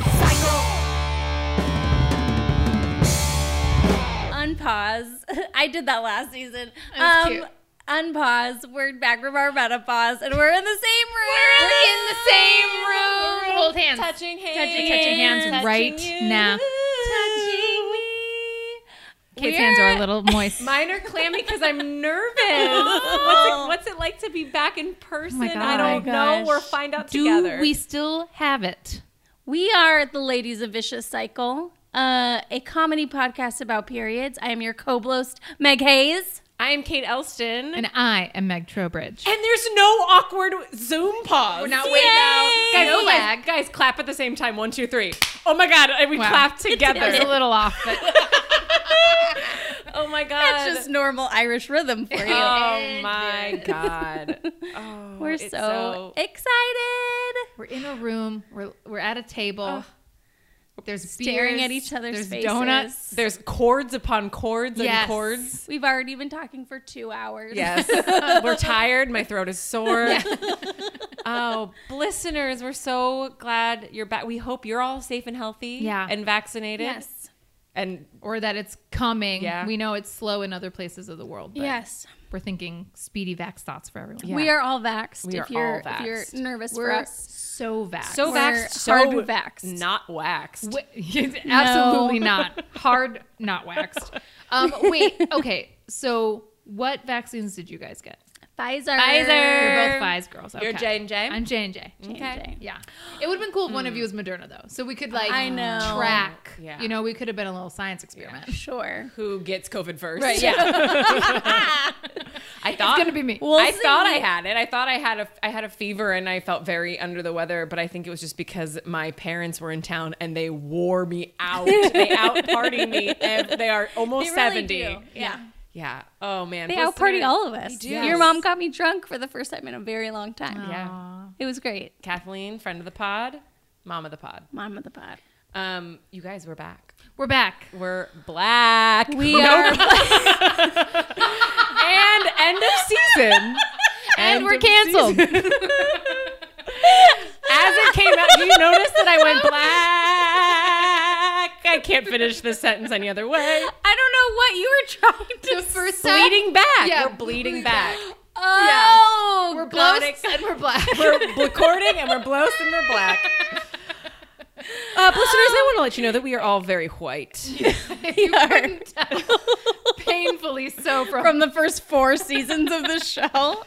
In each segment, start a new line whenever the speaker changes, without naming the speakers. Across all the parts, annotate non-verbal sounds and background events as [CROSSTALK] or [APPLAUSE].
[LAUGHS] I did that last season. Um,
That was cute.
Unpause. We're back from our menopause, and we're in the same
We're
room.
in the same room. Hold hands.
Touching hands.
Touching hands right now.
Touching me.
Kate's hands are a little moist.
Mine are clammy because
[LAUGHS]
I'm nervous. what's, it, what's it like to be back in person?
God.
I don't
Oh my
know. We're
gosh.
find out
Do
together.
we still have it?
We are the Ladies of Vicious Cycle, uh, a comedy podcast about periods. I am your co-host, Meg Hayes.
I am Kate Elston.
And I am Meg Trowbridge.
And there's no awkward Zoom pause. We're
not waiting out.
Guys,
No
guys,
lag.
Guys, clap at the same time. One, two, three. Oh my God. And we
Wow.
clapped
That was a
together.
little off, but
oh my God.
That's just normal Irish rhythm for you.
Oh my God. [LAUGHS] Oh,
[LAUGHS] we're so,
it's
excited.
we're in a room. We're we're at a table. there's
Staring
beers,
at each other's
there's
faces.
Donuts.
There's chords upon chords
Yes.
and chords.
We've already been talking for two hours.
[LAUGHS] Yes. [LAUGHS] we're tired. My throat is sore. [LAUGHS] Oh, listeners, we're so glad you're back. We hope you're all safe and healthy
Yeah.
and vaccinated.
Yes.
And
Or that it's coming.
Yeah.
We know it's slow in other places of the world.
[LAUGHS]
But
Yes.
We're thinking speedy vax thoughts for everyone.
Yeah.
We are all vaxxed.
We are
if you're
all
if
vaxxed.
you're nervous
We're
for us.
so vax. [LAUGHS]
so
We're
vaxxed, so
hard vaxxed.
Not waxed.
[LAUGHS] absolutely not. Hard, not waxed. Um, wait. [LAUGHS] Okay. So, what vaccines did you guys get?
Pfizer.
Pfizer.
You're both
Um,
Pfiz girls. Okay.
you're J&J?
I'm J and J. Hmm.
Okay.
Yeah. It would have been cool if one of you was Moderna though, so we could like
I know.
track.
Yeah.
You know, we could have been a little science experiment.
Sure.
Who gets COVID first? [LAUGHS]
Right. Yeah.
I thought
gonna be me.
We'll
I
see.
thought I had it. I thought I had a I had a fever and I felt very under the weather, but I think it was just because my parents were in town and they wore me
[LAUGHS]
out. they out party me. ev- They are almost
They really
seventy.
do. Yeah.
Yeah. Oh man.
They
Listener-
out party all of us.
do.
Your mom got me drunk for the first time in a very long time.
Yeah.
Aw.
It was great.
Kathleen, friend of the pod, mom of the pod.
Mom of the pod.
Um, you guys, we're back.
We're back.
We're black.
We
Nope.
are [LAUGHS]
and end of
[LAUGHS]
season.
And
End
we're
of season.
canceled.
As it came out, do you notice that I went black? I can't finish this sentence any other way.
I don't know what you were trying to
The first
Bleeding back.
Yeah,
we're bleeding back.
Oh,
We're
Got
blows
it.
and we're black. [LAUGHS]
We're recording and we're blows and we're black. Uh, listeners, I want to let you know that we are all very white.
you couldn't tell. Painfully so from,
from the first four seasons of the show.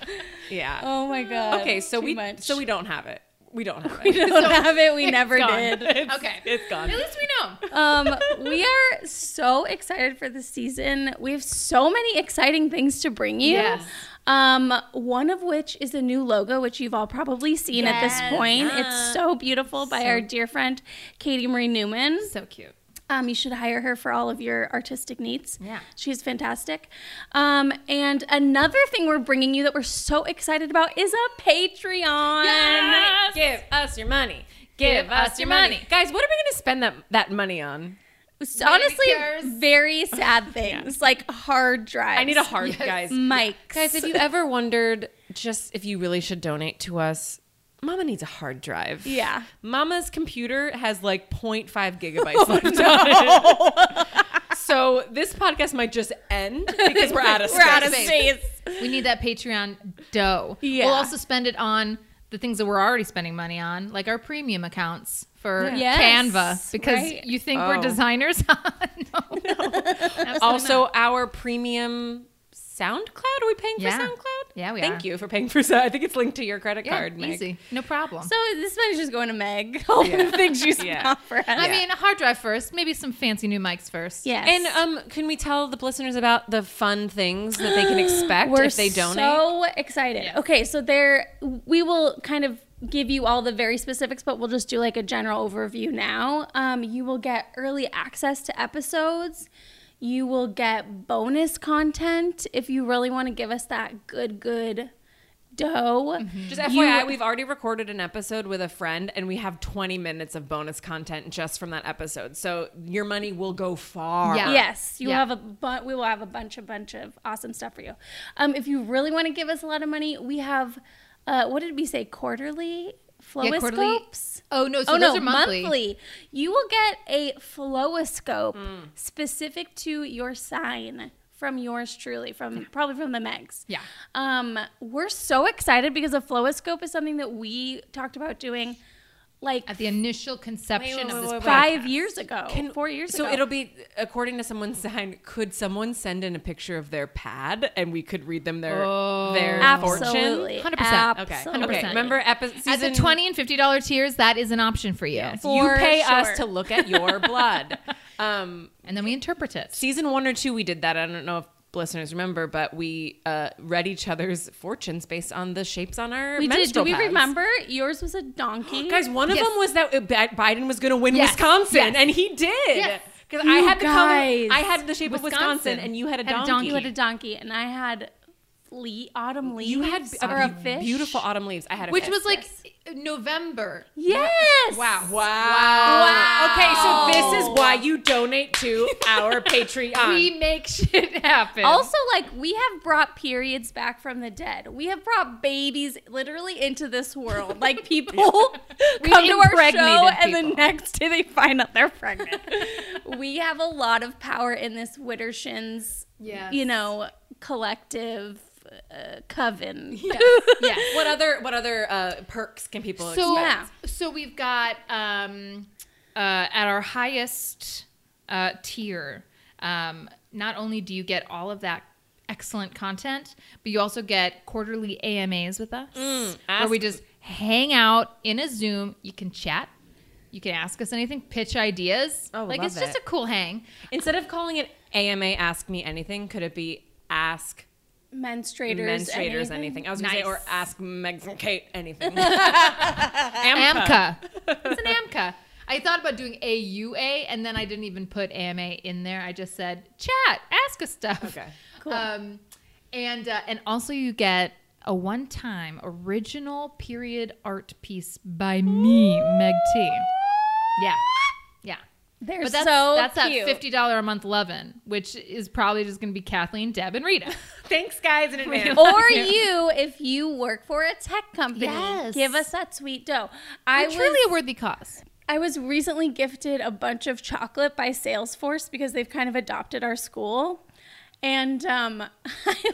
Yeah.
Oh my god.
okay, so
Too
we
much.
so we don't have it. We don't have
we
it.
[LAUGHS] don't have it. We never
gone.
did.
It's-
Okay.
It's gone.
At least we know.
Um, we are so excited for the season. We have so many exciting things to bring you.
Yes.
Um, one of which is a new logo, which you've all probably seen at
Yes.
this point. It's so beautiful by our dear friend Katie Marie Newman.
So cute.
Um, you should hire her for all of your artistic needs.
Yeah.
She's fantastic. Um, and another thing we're bringing you that we're so excited about is a Patreon.
Yes!
Give us your money.
Give us your money.
Guys, what are we going to spend that, that money on?
It's Honestly,
Manicures.
very
[LAUGHS]
sad things like hard drives.
I need a hard, guys.
mics.
Guys, have you ever wondered just if you really should donate to us? Mama needs a hard drive.
Yeah.
Mama's computer has like 0.5
Oh,
gigabytes left on it. So this podcast might just
[LAUGHS]
end because we're out of
We're
space.
out of space. We need that Patreon dough.
Yeah.
We'll also spend it on the things that we're already spending money on, like our premium accounts for
Yeah. Yes,
Canva, because
right.
you think
Oh.
we're designers. [LAUGHS]
[LAUGHS]
no.
Also, our premium SoundCloud. Are we paying for
Yeah.
SoundCloud?
Yeah, we
Thank
are.
you for paying for that. I think it's linked to your credit
Yeah,
card. Meg.
easy, no problem.
So this one is just going to Meg. [LAUGHS] All the things you
Yeah.
spent for us.
I
Yeah.
mean, a hard drive first, maybe some fancy new mics first.
yes.
And um, can we tell the listeners about the fun things that they can expect if they donate?
So excited.
Yeah.
Okay, so there we will kind of give you all the very specifics, but we'll just do like a general overview now. Um, you will get early access to episodes. You will get bonus content if you really want to give us that good, good dough.
Just
You-
FYI, we've already recorded an episode with a friend, and we have 20 minutes of bonus content just from that episode. So your money will go far.
Yeah.
Yes, you will
Yeah.
have a bu- we will have a bunch a bunch of awesome stuff for you. Um, if you really want to give us a lot of money, we have uh, what did we say quarterly
Yeah,
fluoroscopes?
quarterly. Oh no, so
oh
those
no,
are monthly. Hmm.
You will get a fluoroscope specific to your sign from yours truly, from probably from the Megs.
Yeah.
Um, we're so excited because a flowoscope is something that we talked about doing like
At the initial conception
Wait, wait,
of
wait,
this
wait, wait.
project.
five years ago,
Can-
four years
so
ago.
it'll be according to someone's [LAUGHS] sign. Could someone send in a picture of their pad and we could read them their
Oh.
their
absolutely,
100%.
fortune? Okay,
absolutely.
okay. Remember, epi- season
At the twenty and fifty dollar tiers, that is an option for you.
You
For
pay
sure.
us to look
[LAUGHS]
at your blood. um,
And then we interpret it.
season one or two we did that i don't know if listeners remember but we uh, read each other's fortunes based on the shapes on our
We did. Do
menstrual
we
pads.
remember? Yours was a donkey.
[GASPS] guys one of
Yes.
them was that uh, Bi- biden was going to win
Yes.
wisconsin
Yes.
and he did
Yes.
because i
You
had the
guys.
color i had the shape of
Wisconsin
wisconsin and you had a
had a
donkey,
donkey.
you had a donkey, and I had le- autumn leaves.
you had
or
a,
a fish.
beautiful autumn leaves i had a
which
fish.
was like November.
Yes.
Wow.
Wow.
Wow.
Okay, so this is why you donate to
[LAUGHS]
our Patreon.
We make [LAUGHS] shit happen.
Also, like we have brought periods back from the dead. We have brought babies literally into this world.
[LAUGHS]
Like people
We've
[LAUGHS] come to our
impregnated
show, and the
people.
next day they find out they're
[LAUGHS]
pregnant. we have a lot of power in this Wittershins,
Yes.
you know, collective uh, coven. [LAUGHS]
yeah.
what other what other uh, perks can people
So
expect?
Yeah.
so we've got um, uh, at our highest uh, tier. Um, not only do you get all of that excellent content, but you also get quarterly AMAs with us, where
Mm, ask-
we just hang out in a Zoom. You can chat. You can ask us anything, pitch ideas.
Oh,
like
love
it's just
it.
a cool hang.
Instead of calling it AMA Ask Me Anything, could it be Ask
Menstruators.
Menstruators Anything?
anything.
I was going to
Nice.
say, or Ask Megs and Kate
[LAUGHS]
Anything.
AMCA. it's an AMCA. I thought about doing AUA and then I didn't even put AMA in there. I just said chat, ask us stuff.
Okay.
Cool.
Um, and uh, and also you get a one-time original period art piece by me, Meg T. Yeah. Yeah.
They're
But that's
so
that's
cute.
at fifty dollar a month Levin, which is probably just gonna be Kathleen, Deb, and Rita.
Thanks, guys, in advance.
or
[LAUGHS]
you, if you work for a tech company,
Yes.
give us that sweet dough. [LAUGHS] I
It's
was,
truly a worthy cause.
I was recently gifted a bunch of chocolate by Salesforce because they've kind of adopted our school. And um, [LAUGHS] I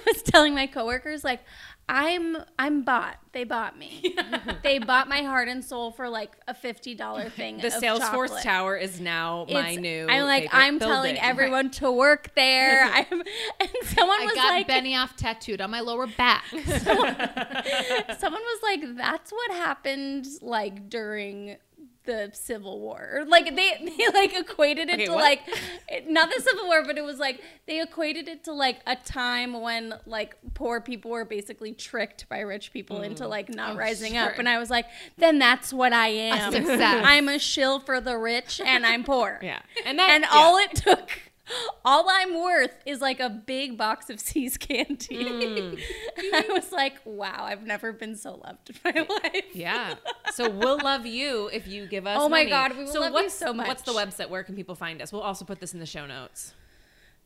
was telling my coworkers, like, I'm I'm bought. They bought
[LAUGHS]
me. they bought my heart and soul for like a fifty dollar thing.
[LAUGHS] the
of
Salesforce
chocolate.
Tower is now my
It's-
new.
I'm like
favorite
I'm telling
building.
everyone to work
[LAUGHS]
there. I'm, and someone
I
was
got
like,
Benioff tattooed on my lower
[LAUGHS]
back.
Someone was like, "That's what happened like during the Civil War." Like they [LAUGHS] they like equated it
Okay,
to
what? [LAUGHS]
like it- not the Civil War, but it was like they equated it to like a time when like poor people were basically tricked by rich people into
Mm.
like
Oh,
not rising up.
sure.
And I was like, "Then that's what I am.
success.
I'm a shill for the rich, and I'm poor."
[LAUGHS] Yeah. And that.
and
yeah.
all it took all i'm worth is like a big box of seas candy
Hmm.
[LAUGHS] i was like wow i've never been so loved in my life
[LAUGHS] Yeah. So we'll love you if you give us
Oh my
money.
God, we will love you
what's-
so much.
What's the website? Where can people find us? We'll also put this in the show notes.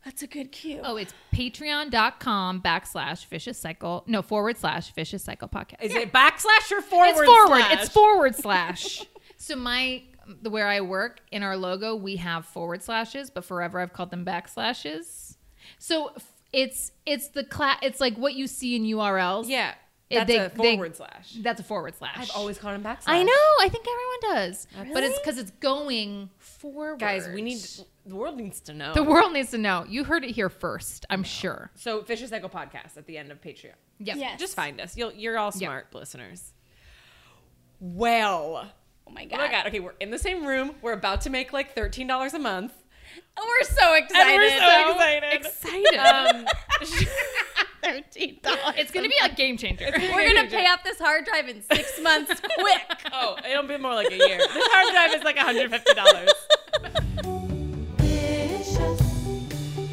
that's a good cue
oh, it's patreon.com backslash vicious cycle. No, forward slash vicious cycle podcast.
Is it backslash or forward?
it's forward.
slash?
It's forward
[LAUGHS]
slash. so my the where I work in our logo, we have forward slashes, but forever I've called them backslashes. So f- it's it's the class. It's like what you see in URLs.
Yeah.
It-
That's
they-
a
they-
forward slash.
That's a forward slash.
I've always called him backslash.
I know. I think everyone does, but it's
Really?
because it's going forward.
Guys, we need the world needs to know.
The world needs to know. You heard it here first, I'm sure.
so Fisher Cycle podcast at the end of Patreon.
Yep.
Yes.
Just find us. You'll, you're all smart listeners. Well,
oh my
oh
god,
my god. Okay, we're in the same room. We're about to make like thirteen dollars a month,
we're so
and
excited
we're so excited.
Excited.
Um,
Thirteen dollars.
it's going to be a game changer.
we're gonna pay off this hard drive in
[LAUGHS]
six months quick
oh, it'll be more like a year. This hard drive is like one hundred fifty dollars.
Vicious,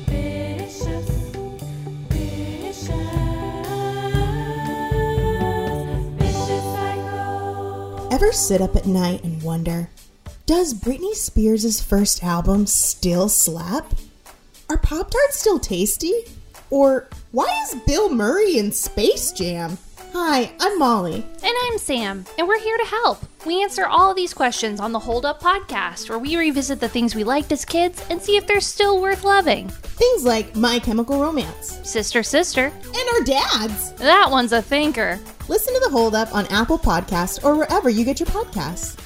vicious, vicious, vicious cycle.
Ever sit up at night and wonder, does Britney Spears' first album still slap? Are Pop Tarts still tasty? Or why is Bill Murray in Space Jam? Hi, I'm Molly.
And I'm Sam, and we're here to help. We answer all these questions on the Hold Up podcast, where we revisit the things we liked as kids and see if they're still worth loving.
Things like My Chemical Romance
Sister, sister,
and our dads.
that one's a thinker.
Listen to the Hold Up on Apple Podcasts or wherever you get your podcasts.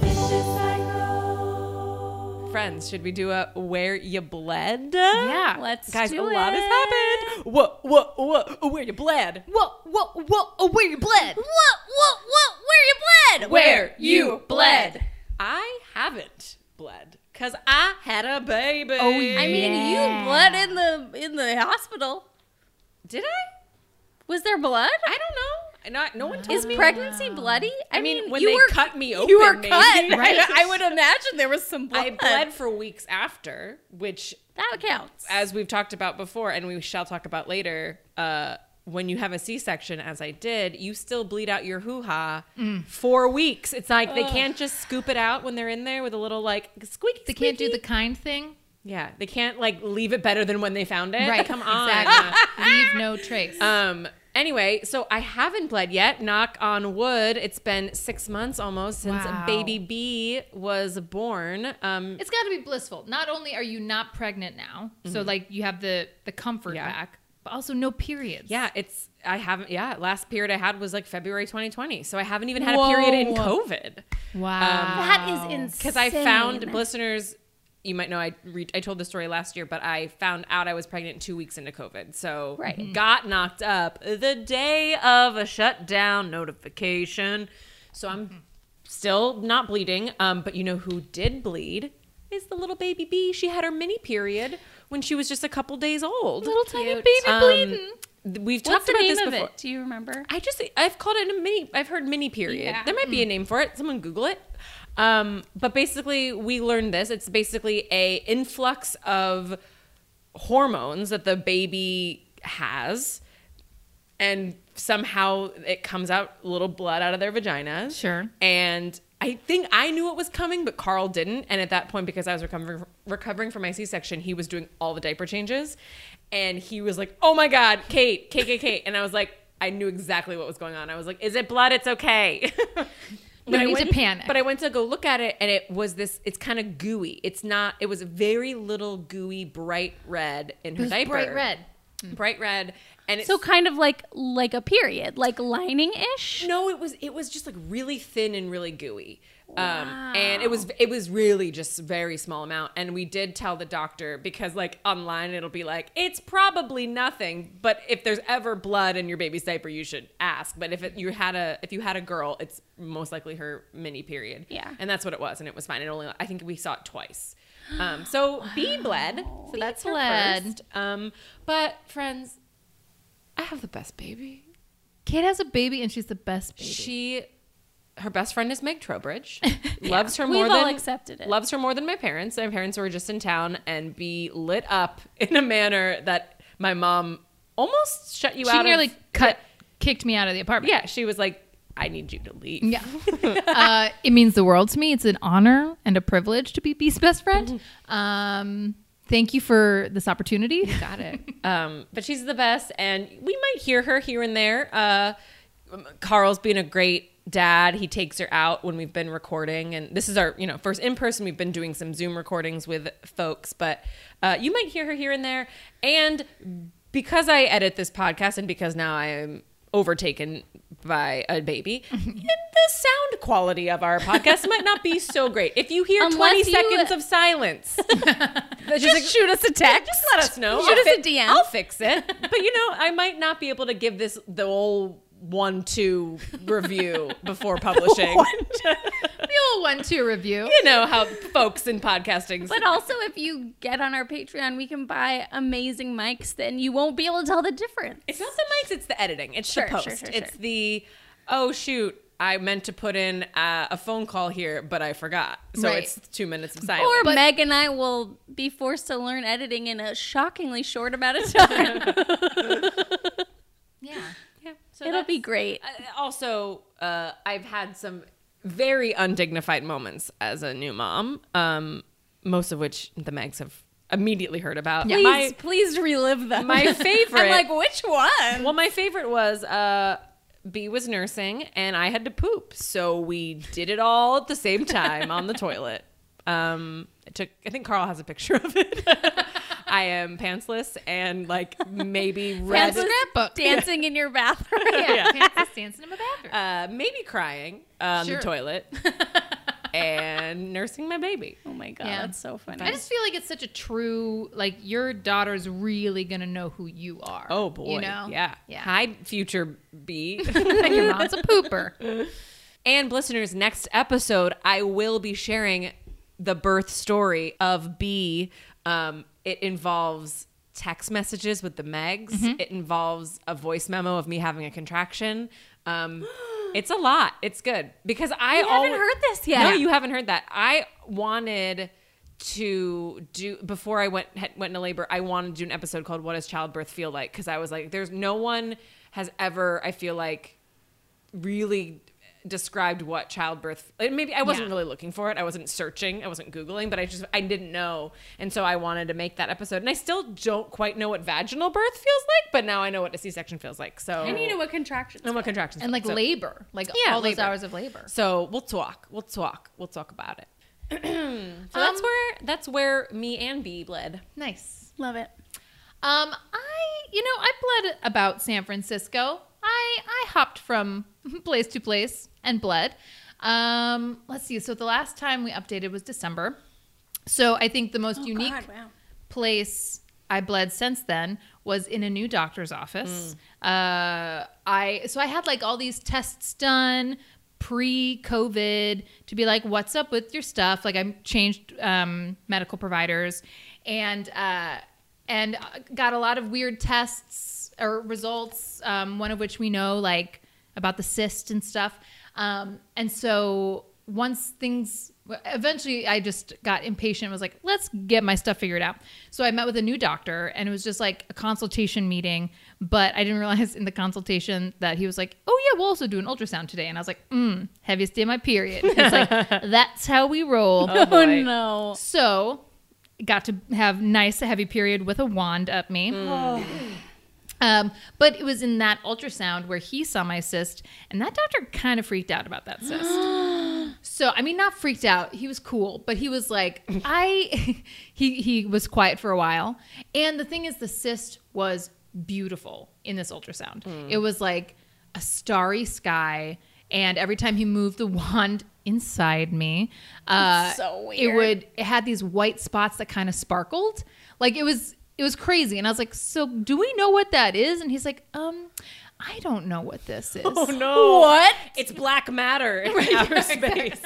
vicious cycle.
Friends, should we do a where you bled?
Yeah.
Let's
Guys,
do
a
it.
lot has happened. Whoa, whoa, whoa, oh, where you bled.
Whoa, whoa, whoa, oh, where you bled?
What? What? What? Where you bled?
Where you bled. I haven't bled because I had a baby.
Oh, yeah.
I mean,
Yeah.
you bled in the in the hospital.
Did I?
Was there blood?
I don't know. Not, no one told
Is
me.
pregnancy bloody? I,
I mean, when
you
they
were
cut me open,
you were
maybe. [LAUGHS]
cut.
Right.
I would imagine there was some blood.
I bled for weeks after, which
That counts.
as we've talked about before and we shall talk about later uh, when you have a c-section as i did you still bleed out your hoo-ha for weeks it's like they can't just scoop it out when they're in there with a little like squeaky
They can't do the
squeaky.
kind thing.
yeah they can't like leave it better than when they found it
Right. [LAUGHS]
come on
Exactly. Leave no trace.
um anyway so i haven't bled yet knock on wood it's been six months almost since
Wow.
baby b was born um
it's got to be blissful. Not only are you not pregnant now, so like you have the the comfort
Yeah.
back, but also no periods.
Yeah, it's I haven't. Yeah, last period I had was like February 2020, so I haven't even had a period in
Whoa.
COVID Um,
Wow.
that is insane.
because I found listeners. You might know I re- I told the story last year, but I found out I was pregnant two weeks into COVID, so Mhm.
Right.
got knocked up the day of a shutdown notification. So I'm still not bleeding. Um, but you know who did bleed is the little baby bee. She had her mini period when she was just a couple days old.
little tiny baby
Um,
bleeding.
th- We've
What's
talked
the
about
name
this
of
before.
it? Do you remember?
I just I've called it a mini. I've heard mini period.
Yeah.
There might be a name for it. Someone Google it. Um, but basically, we learned this. It's basically a influx of hormones that the baby has, and somehow it comes out little blood out of their vaginas.
Sure.
And I think I knew it was coming, but Carl didn't. And at that point, because I was recovering recovering from my C section, he was doing all the diaper changes, and he was like, "Oh my God, Kate, Kate, Kate, Kate," and I was like. I knew exactly what was going on. I was like, "Is it blood? It's okay." [LAUGHS] but
need to panic.
But I went to go look at it, and it was this. It's kind of gooey. It's not. It was very little gooey, bright red in her
It was
diaper.
bright red.
bright red, and it's
So kind of like like a period, like lining ish.
No, it was it was just like really thin and really gooey. Um, and it was it was really just very small amount. And we did tell the doctor because like online it'll be like it's probably nothing, but if there's ever blood in your baby's diaper, you should ask. But if it, you had a if you had a girl, it's most likely her mini period.
Yeah.
and that's what it was, and it was fine. It only I think we saw it twice. Um, so B bled, so that's her
bled.
first. Um, but friends, I have the best baby.
Kate has a baby and she's the best baby.
She, her best friend is
[LAUGHS]
Meg Trowbridge. Loves her
We've
more
all
than
accepted it.
Loves her more than my parents. My parents were just in town and be lit up [LAUGHS] in a manner that my mom almost shut you
She
out. of-
nearly cut kicked me out of the apartment.
yeah, she was like, "I need you to leave."
Yeah. uh, it means the world to me. It's an honor and a privilege to be Beast's best friend.
Mm-hmm.
Um, thank you for this opportunity. got [LAUGHS] it.
Um, but she's the best, and we might hear her here and there. Uh, Carl's been a great dad. He takes her out when we've been recording, and this is our you know first in person. We've been doing some Zoom recordings with folks, but uh, you might hear her here and there. And because I edit this podcast, and because now I am overtaken by
[LAUGHS]
a baby, the sound quality of our podcast might not be so great. If you hear
Unless
twenty
you-
seconds of silence, just, shoot us a text. Just let us know.
Shoot
I'll
us a
fi-
DM.
I'll
[LAUGHS]
fix it. But you know, I might not be able to give this the whole one two
[LAUGHS]
review before publishing. [LAUGHS]
The old one two review.
you know how folks in podcasting.
But also, if you get on our Patreon, we can buy amazing mics, then you won't be able to tell the difference.
it's not the mics; it's the editing. It's
Sure,
the
sure,
post.
sure,
it's
sure.
the oh shoot. I meant to put in uh, a phone call here, but I forgot. So
Right.
it's two minutes of silence.
Or Meg and I will be forced to learn editing in a shockingly short amount of time. [LAUGHS]
Yeah.
yeah, so
It'll be great.
Uh, also, uh, I've had some very undignified moments as a new mom, um, most of which the Megs have immediately heard about.
Please,
My,
please relive them. [LAUGHS]
my favorite.
I'm like, which one?
well, my favorite was uh, B was nursing and I had to poop. So we did it all at the same
[LAUGHS]
time on the toilet. Um, it took, I think Carl has a picture of it. [LAUGHS] I am pantsless and like
[LAUGHS]
maybe red,
Pantsless?
[LAUGHS]
scrapbook.
dancing in your bathroom. [LAUGHS]
Yeah, Kansas dancing in my bathroom.
uh, maybe crying on
Sure.
the toilet Uh, and nursing my baby.
Oh my god,
Yeah.
that's so funny.
[LAUGHS] I just feel like it's such a true like your daughter's really gonna know who you are.
Oh boy.
you know,
Yeah.
yeah. [LAUGHS]
Hi, future B. [LAUGHS]
your mom's a pooper.
and listeners, next episode, I will be sharing the birth story of B. Um, it involves text messages with the Megs,
Mm-hmm.
it involves a voice memo of me having a contraction. Um, [GASPS] it's a lot. It's good because I
We haven't
alwa-
heard this yet.
No, you haven't heard that. I wanted to do before I went had, went into labor. I wanted to do an episode called "What Does Childbirth Feel Like?" because I was like, "There's no one has ever." I feel like really described what childbirth and maybe i wasn't
Yeah.
really looking for it i wasn't searching i wasn't googling but i just i didn't know and so i wanted to make that episode and i still don't quite know what vaginal birth feels like but now i know what a c-section feels like so
and you know what contractions?
and what contractions
and
feel
like
so,
labor, like
Yeah,
all those
labor.
hours of labor.
so we'll talk we'll talk we'll talk about it so that's
Um,
where that's where me and b bled
Nice.
Love it.
Um, I you know I bled about San Francisco. I I hopped from [LAUGHS] place to place and bled. Um, let's see. So the last time we updated was December. So I think the most unique
Oh, God, wow.
place I bled since then was in a new doctor's office.
Mm.
Uh, I so I had like all these tests done pre-COVID to be like, what's up with your stuff? Like I changed um, medical providers, and uh, and uh, got a lot of weird tests or results. Um, one of which we know like about the cyst and stuff. Um, and so once things eventually I just got impatient and was like, let's get my stuff figured out. So I met with a new doctor and it was just like a consultation meeting, but I didn't realize in the consultation that he was like, Oh yeah, we'll also do an ultrasound today. And I was like, mm, heaviest day of my period. It's like, that's how we roll.
[LAUGHS] Oh no.
So got to have nice heavy period with a wand up me.
Mm.
[SIGHS] Um, but it was in that ultrasound where he saw my cyst, and that doctor kind of freaked out
[GASPS]
about that cyst. so I mean, not freaked out. He was cool, but he was
[LAUGHS]
like, I. [LAUGHS] he he was quiet for a while, and the thing is, the cyst was beautiful in this ultrasound.
Mm.
It was like a starry sky, and every time he moved the [LAUGHS] wand inside me, uh,
so
it
weird.
would it, it had these white spots that kind of sparkled. Like it was it was crazy. And I was like, "So, do we know what that is?" And he's like, "Um, I don't know what this
[LAUGHS]
is."
Oh, no what it's black matter in outer space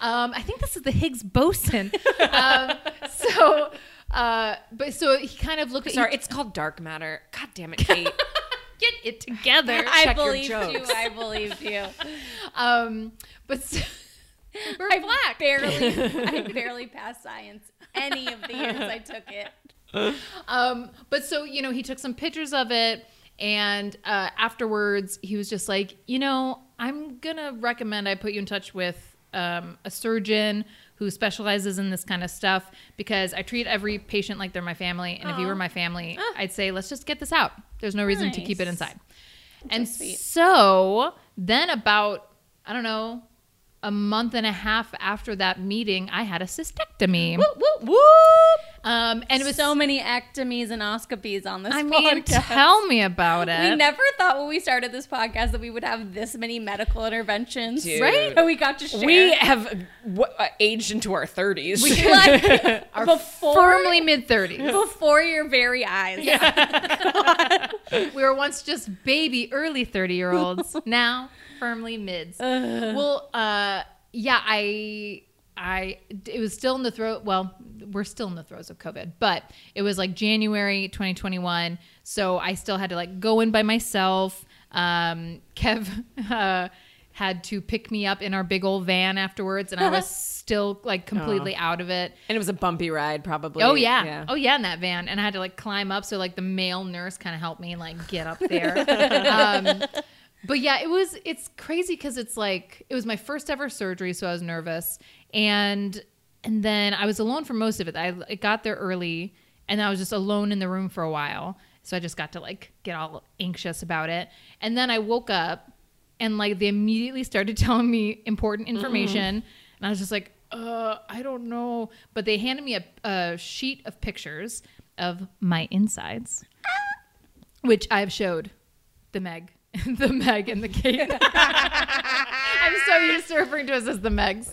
Um, I think this is the Higgs boson. um, so uh, but so he kind of looked at
sorry it's called dark matter god damn it kate
get it [LAUGHS] together.
Check your jokes.
I believed [LAUGHS] you.
Um, but
[LAUGHS]
so, [LAUGHS] we're
I
black.
barely, [LAUGHS] I barely passed science any of the years I took it.
Um, but so you know, he took some pictures of it, and uh, afterwards, he was just like, you know, I'm gonna recommend I put you in touch with um, a surgeon who specializes in this kind of stuff because I treat every patient like they're my family, and if you were my family, I'd say let's just get this out. There's no reason to keep it
Nice.
inside. And
sweet.
so then about I don't know. A month and a half after that meeting, I had a cystectomy. Um, and it was
so many ectomies and oscopies on this
I mean,
podcast.
tell me about it.
we never thought when we started this podcast that we would have this many medical interventions,
Dude.
right? That we got to share.
we have w- uh, aged into our 30s
[LAUGHS] like, [LAUGHS] before,
firmly mid 30s.
before your very eyes. Yeah.
[LAUGHS] we were once just baby early 30 year [LAUGHS] olds, now firmly mids. Well, uh, yeah, I I it was still in the throat. Well, we're still in the throes of COVID, but it was like January 2021, so I still had to like go in by myself. Um, [LAUGHS] Kev uh, had to pick me up in our big old van afterwards, and I [LAUGHS] was still like completely out of it.
And it was a bumpy ride, probably.
Oh yeah. Oh yeah, in that van, and I had to like climb up. So like the male nurse kind of helped me like get up there. um, but yeah, it was it's crazy because it's like it was my first ever surgery, so I was nervous, and and then I was alone for most of it. I, I got there early, and I was just alone in the room for a while. So I just got to like get all anxious about it. And then I woke up and like they immediately started [LAUGHS] telling me important information. And I was just like, uh, I don't know. But they handed me a, a sheet of pictures of my insides, which I've showed the Meg, [LAUGHS] the Meg and the Kate. [LAUGHS] I'm so used to referring to us as the Megs.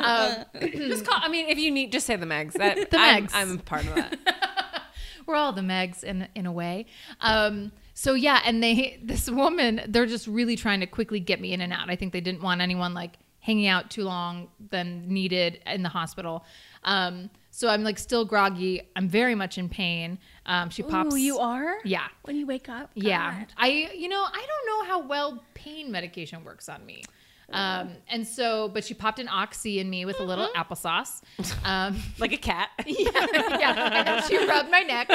Just call. I mean, if you need, just say
[LAUGHS]
the Megs. That,
The
I'm-
Megs.
I'm, a part
[LAUGHS]
of that.
we're all the Megs in in a way. Um, so yeah, and they this woman, they're just really trying to quickly get me in and out. I think they didn't want anyone like hanging out too long than needed in the hospital. Um, so I'm like still groggy. I'm very much in pain. Um, she pops.
Ooh, you are?
Yeah.
When you wake up?
Yeah.
God.
I you know, I don't know how well pain medication works on me. Um, and so, but she popped an oxy in me with a little applesauce. Um,
like a cat.
yeah, and then she rubbed my neck.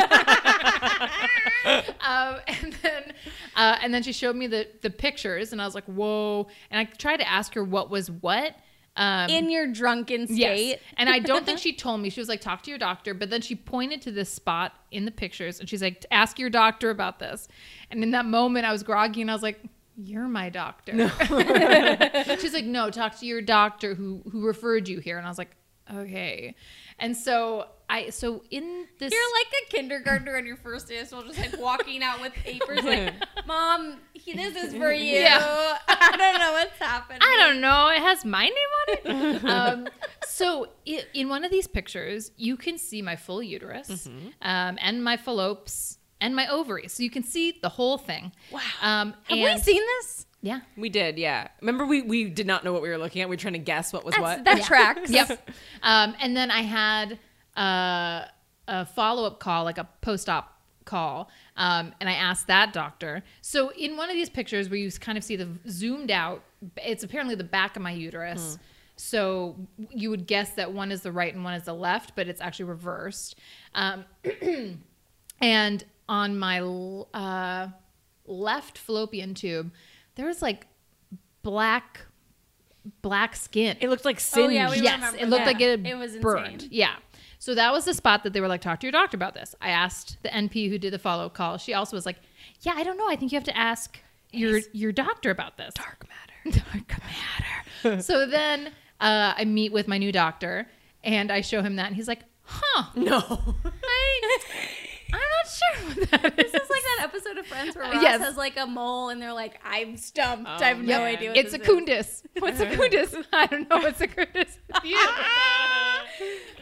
um, and then, uh, and then she showed me the the pictures, and I was like, "Whoa!" And I tried to ask her what was what. Um,
In your drunken state.
Yes. And I
[LAUGHS]
don't think she told me. She was like, talk to your doctor. But then she pointed to this spot in the pictures and she's like, ask your doctor about this. And in that moment, I was groggy and I was like, you're my doctor. [LAUGHS] she's like, no, talk to your doctor who, who referred you here. And I was like, okay. And so I, so in this.
You're like a kindergartner on your first day of school, just like walking out with papers,
[LAUGHS]
like, "Mom, he, this is for you."
Yeah.
[LAUGHS] I don't know what's happening.
I don't know. It has my name
[LAUGHS]
on it. um, so, i in one of these pictures, you can see my full uterus
Mm-hmm.
um, and my phallopes and my ovaries. So you can see the whole thing. Wow. Um,
Have
and,
we seen this?
Yeah.
We did, yeah. Remember, we we did not know what we were looking at. We were trying to guess what was
That's,
what.
That [LAUGHS] tracks.
Yep. um, and then I had uh, a follow up call, like a post op call, um, and I asked that doctor. So in one of these pictures where you kind of see the zoomed out, it's apparently the back of my uterus. So you would guess that one is the right and one is the left, but it's actually reversed. Um, [CLEARS THROAT] and on my l- uh, left fallopian tube, there was like black, black skin
it looked like
Oh,
sin.
yeah, we
yes,
remember
it looked
that.
like it, had
It was
burned.
insane.
Yeah. So that was the spot that they were like, talk to your doctor about this. I asked the NP who did the follow up call. She also was like, yeah, I don't know. I think you have to ask your your doctor about this. Dark matter. [LAUGHS] Dark matter. so then uh, I meet with my new doctor and I show him that, and he's like, huh, [LAUGHS]
No.
I, I'm not sure
[LAUGHS]
what that is.
This is like that episode of Friends where Ross
Yes.
has like a mole, and they're like, "I'm stumped. I have no
Yep.
idea." What
It's a
this is."
kundis. What's
[LAUGHS]
a kundis? I don't know what's a kundis.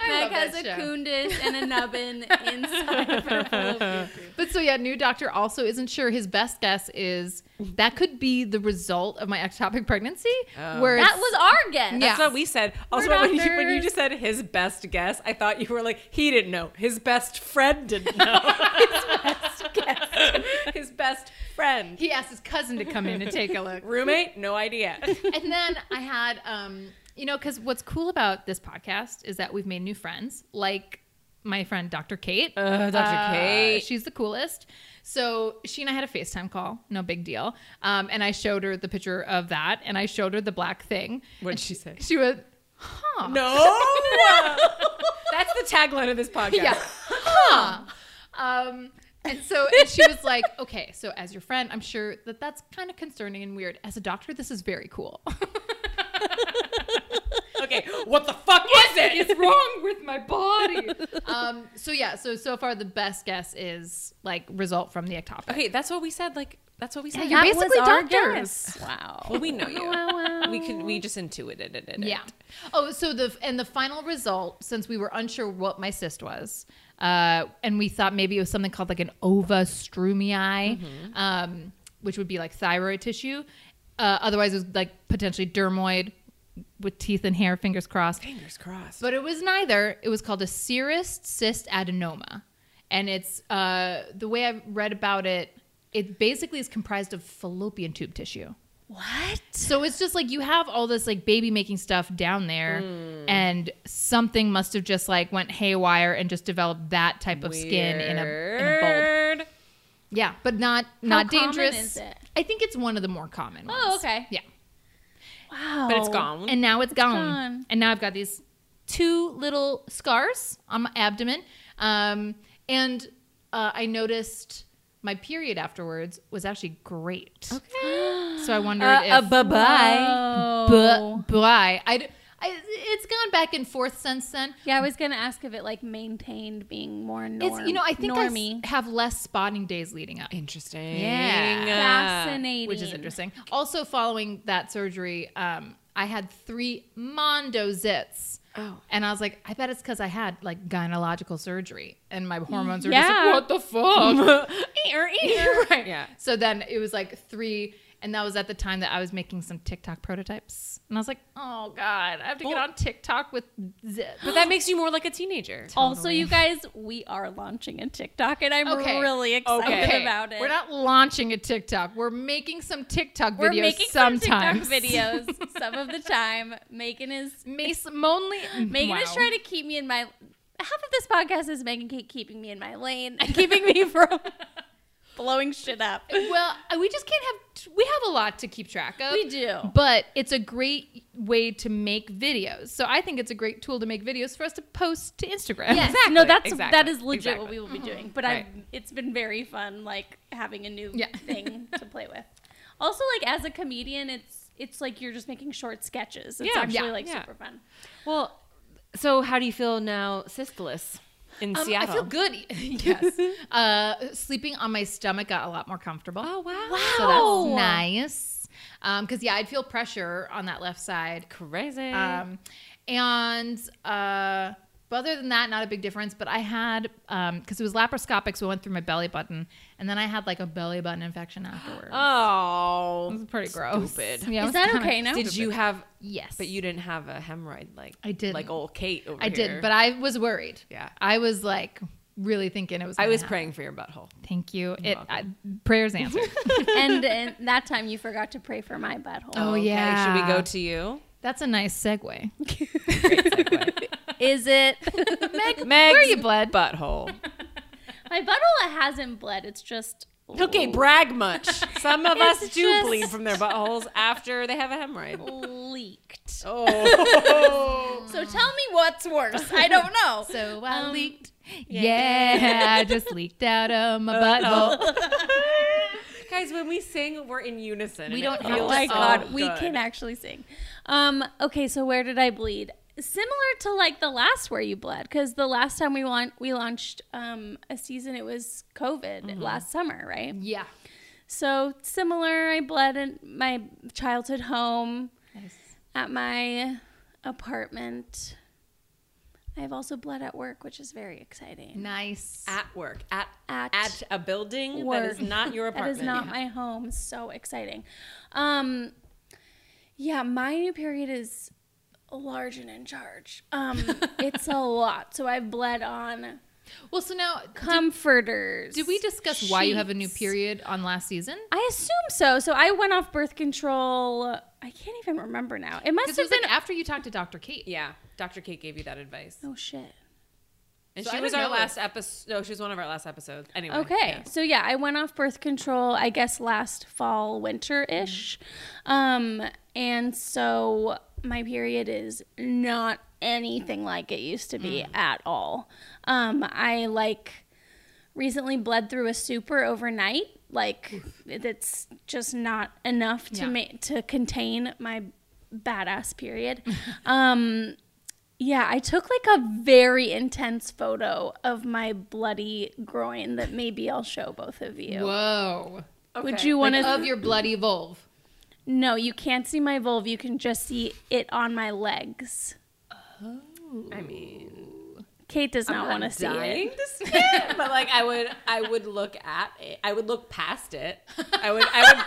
Meg has a kundis and a
[LAUGHS]
nubbin inside of [LAUGHS] her fallopian tube.
But so yeah, new doctor also isn't sure. His best guess is that could be the result of my ectopic pregnancy,
Oh.
where
That
it's-
was our guess.
Yeah.
That's what we said. Also,
We're
when you, when you
doctors.
just said his best guess, I thought you were like, he didn't know. His best friend didn't know.
[LAUGHS]
[LAUGHS] his best guess. His best friend.
he asked his cousin to come in and take
[LAUGHS]
a look.
Roommate? No idea.
and then I had, um, you know, because what's cool about this podcast is that we've made new friends, like my friend Dr. Kate.
Uh, Dr. Kate.
She's the coolest. So she and I had a FaceTime call, no big deal. Um, and I showed her the picture of that, and I showed her the black thing.
What'd
And
she say?
She was, huh? [LAUGHS]
No. That's the tagline of this podcast.
Yeah. Huh. Um, and so and she was like, [LAUGHS] okay, so as your friend, I'm sure that that's kind of concerning and weird. As a doctor, this is very cool. [LAUGHS]
Okay. What the fuck is it?
It's wrong with my body. Um, so yeah, so so far the best guess is like result from the ectopic.
Okay, that's what we said. Like, that's what we said.
you're
That was
basically
our
doctors.
guess. Wow.
Well, we know you. we could. We just intuited it. it, it.
Yeah. Oh, so the and the final result, since we were unsure what my cyst was, uh, and we thought maybe it was something called like an ova strumii, um, which would be like thyroid tissue. Uh, otherwise, it was like potentially dermoid with teeth and hair. Fingers crossed.
Fingers crossed.
But it was neither. It was called a serous cyst adenoma. And it's uh, the way I've read about it, it basically is comprised of fallopian tube tissue.
What?
So it's just like you have all this like baby making stuff down there, and something must have just like went haywire and just developed that type of skin in a, in a bulb.
Weird.
Yeah, but not not
common
dangerous.
is it?
I think it's one of the more common ones.
Oh, okay.
Yeah,
Wow.
But it's gone.
and now it's gone.
gone.
and now I've got these two little scars on my abdomen, um, and uh, I noticed my period afterwards was actually great. Okay. So I wondered if
bye.
Oh.
but why I, I it's gone back and forth since then.
Yeah, I was gonna ask if it like maintained being more norm.
It's you know I think I s-
normy.
have less spotting days leading up.
Interesting.
Fascinating.
Which is interesting. Also, following that surgery, um, I had three mondo zits.
Oh.
And I was like, I bet it's because I had like gynecological surgery and my hormones are
Yeah.
just like, what
[LAUGHS]
the fuck? [LAUGHS] right.
Yeah.
So then it was like three. And that was at the time that I was making some TikTok prototypes. And I was like, oh God, I have to get on TikTok with zits.
But that makes you more like a teenager.
Also, you guys, we are launching a TikTok, and I'm
[LAUGHS] Okay.
really excited
Okay.
about it.
We're not launching a TikTok. We're making some TikTok
We're
videos
making
sometimes.
some TikTok videos
[LAUGHS]
some of the time. Megan is
Mason only
Megan is trying to keep me in my. Half of this podcast is Megan keep keeping me in my lane [LAUGHS] and keeping me
[LAUGHS]
from blowing shit up.
Well, uh, we just can't have. We have a lot to keep track of.
We do.
but it's a great way to make videos. So I think it's a great tool to make videos for us to post to Instagram. [LAUGHS]
Yes. No, that's
exactly,
that is legit
exactly. Mm-hmm.
what we will be doing. But
Right.
I've, it's been very fun, like having a new
Yeah.
[LAUGHS] thing to play with. Also, like as a comedian, it's it's like you're just making short sketches. It's
Yeah,
actually
yeah,
like
yeah.
super fun.
Well, so how do you feel now, syphilis in
Um, I
Seattle?
feel good. yes. [LAUGHS] Uh, sleeping on my stomach got a lot more comfortable.
Oh wow!
So that's nice. Because, yeah, I'd feel pressure on that left side.
Crazy.
Um, and uh, but other than that, not a big difference. But I had because it was laparoscopic, so it went through my belly button, and then I had like a belly button infection afterwards. it
oh,
was pretty gross.
stupid.
Yeah, it was
Is that
kinda-
okay now?
did you have?
Yes,
But you didn't have a hemorrhoid like
I didn't.
like old Kate over
I
here.
did, but I was worried.
Yeah.
I was like really thinking it was.
I
gonna
was
happen.
praying for your butthole.
Thank you. It I, prayers answered. [LAUGHS]
and,
[LAUGHS]
and that time you forgot to pray for my butthole.
Oh, yeah.
Should we go to you,
That's a nice segue.
Is
[LAUGHS]
it [LAUGHS]
Meg,
Meg's
where are you, bled?
butthole?
my butthole hasn't bled? It's just
[LAUGHS] Okay, brag much. Some of us
It's
do
just-
bleed from their buttholes after they have a hemorrhoid.
leaked.
Oh,
So tell me what's worse. I don't know.
So I
Um,
leaked. Yeah, [LAUGHS] I just leaked out of [LAUGHS] my butthole.
[LAUGHS] guys, when we sing, we're in unison.
We
and it
don't have
feels
Oh my
so
god, we
good.
can actually sing. Um, okay, so where did I bleed? Similar to like the last where you bled, because the last time we want we launched um, a season, it was COVID last summer, right?
yeah.
So similar, I bled in my childhood home,
Nice.
at my apartment. I've also bled at work, which is very exciting.
Nice.
at work at
At
at, a building that is
work.
not your
That
apartment.
is not my home. So exciting. Um, yeah, my new period is large and in charge.
[LAUGHS]
Um, it's a lot. So I've bled on
Well, so now,
comforters.
did we discuss why you have a new
sheets.
period on last season?
I assume so. So I went off birth control. I can't even remember now. It must
Because it
have
was
been.
like after you talked to Dr. Kate.
Yeah, Dr. Kate gave you that advice,
oh shit.
and
So I
she was
don't
our
know
last episode. No, she was one of our last episodes. Anyway,
Okay.
yeah.
So yeah, I went off birth control, I guess last fall, winter ish.
Mm-hmm.
Um, and so my period is not anything like it used to
Mm.
be at all. Um, I like recently bled through a super overnight. Like it's just not enough to
Yeah.
ma- to contain my badass period. [LAUGHS] um yeah, I took like a very intense photo of my bloody groin that maybe I'll show both of you.
Whoa.
Would you want to?
of your bloody vulve.
no, you can't see my vulva. You can just see it on my legs.
Oh.
I mean,
Kate does not want to see
dying
it. [LAUGHS]
to see it, but like I would, I would look at it. I would look past it. I would, I would,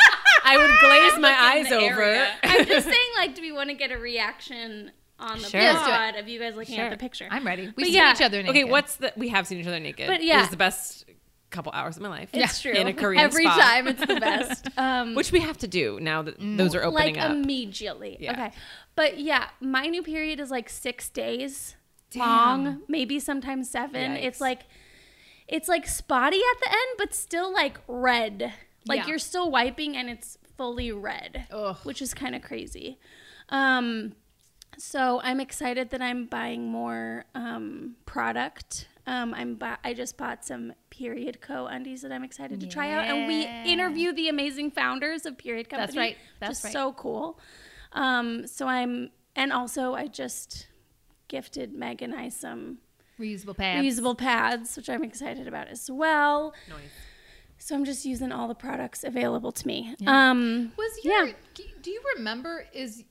[LAUGHS]
I would glaze my eyes over. [LAUGHS]
I'm just saying, like, do we want to get a reaction on the
Sure.
pod
Let's do
of you guys looking at the picture?
I'm ready. We've
But
seen
yeah,
each other naked.
Okay, what's the? We have seen each other naked.
But
it
yeah.
was the best couple hours of my life.
it's true.
in a Korean
Every
spa.
time, it's
[LAUGHS]
the best. Um,
which we have to do now that those are opening
like
up.
immediately.
Yeah.
Okay. But yeah, my new period is like six days long, maybe sometimes seven.
Yikes.
It's like it's like spotty at the end, but still like red. Like
Yeah.
you're still wiping and it's fully red.
Ugh.
Which is kind of crazy. Um so I'm excited that I'm buying more um, product. Um, I'm bu- I just bought some Period Co. undies that I'm excited to try out, and we interview the amazing founders of Period Company.
right. That's
just
right.
so cool. Um, so I'm, and also I just gifted Meg and I some
Reusable pads.
reusable pads, which I'm excited about as well. So I'm just using all the products available to me. Um,
Was your
Yeah.
do you remember is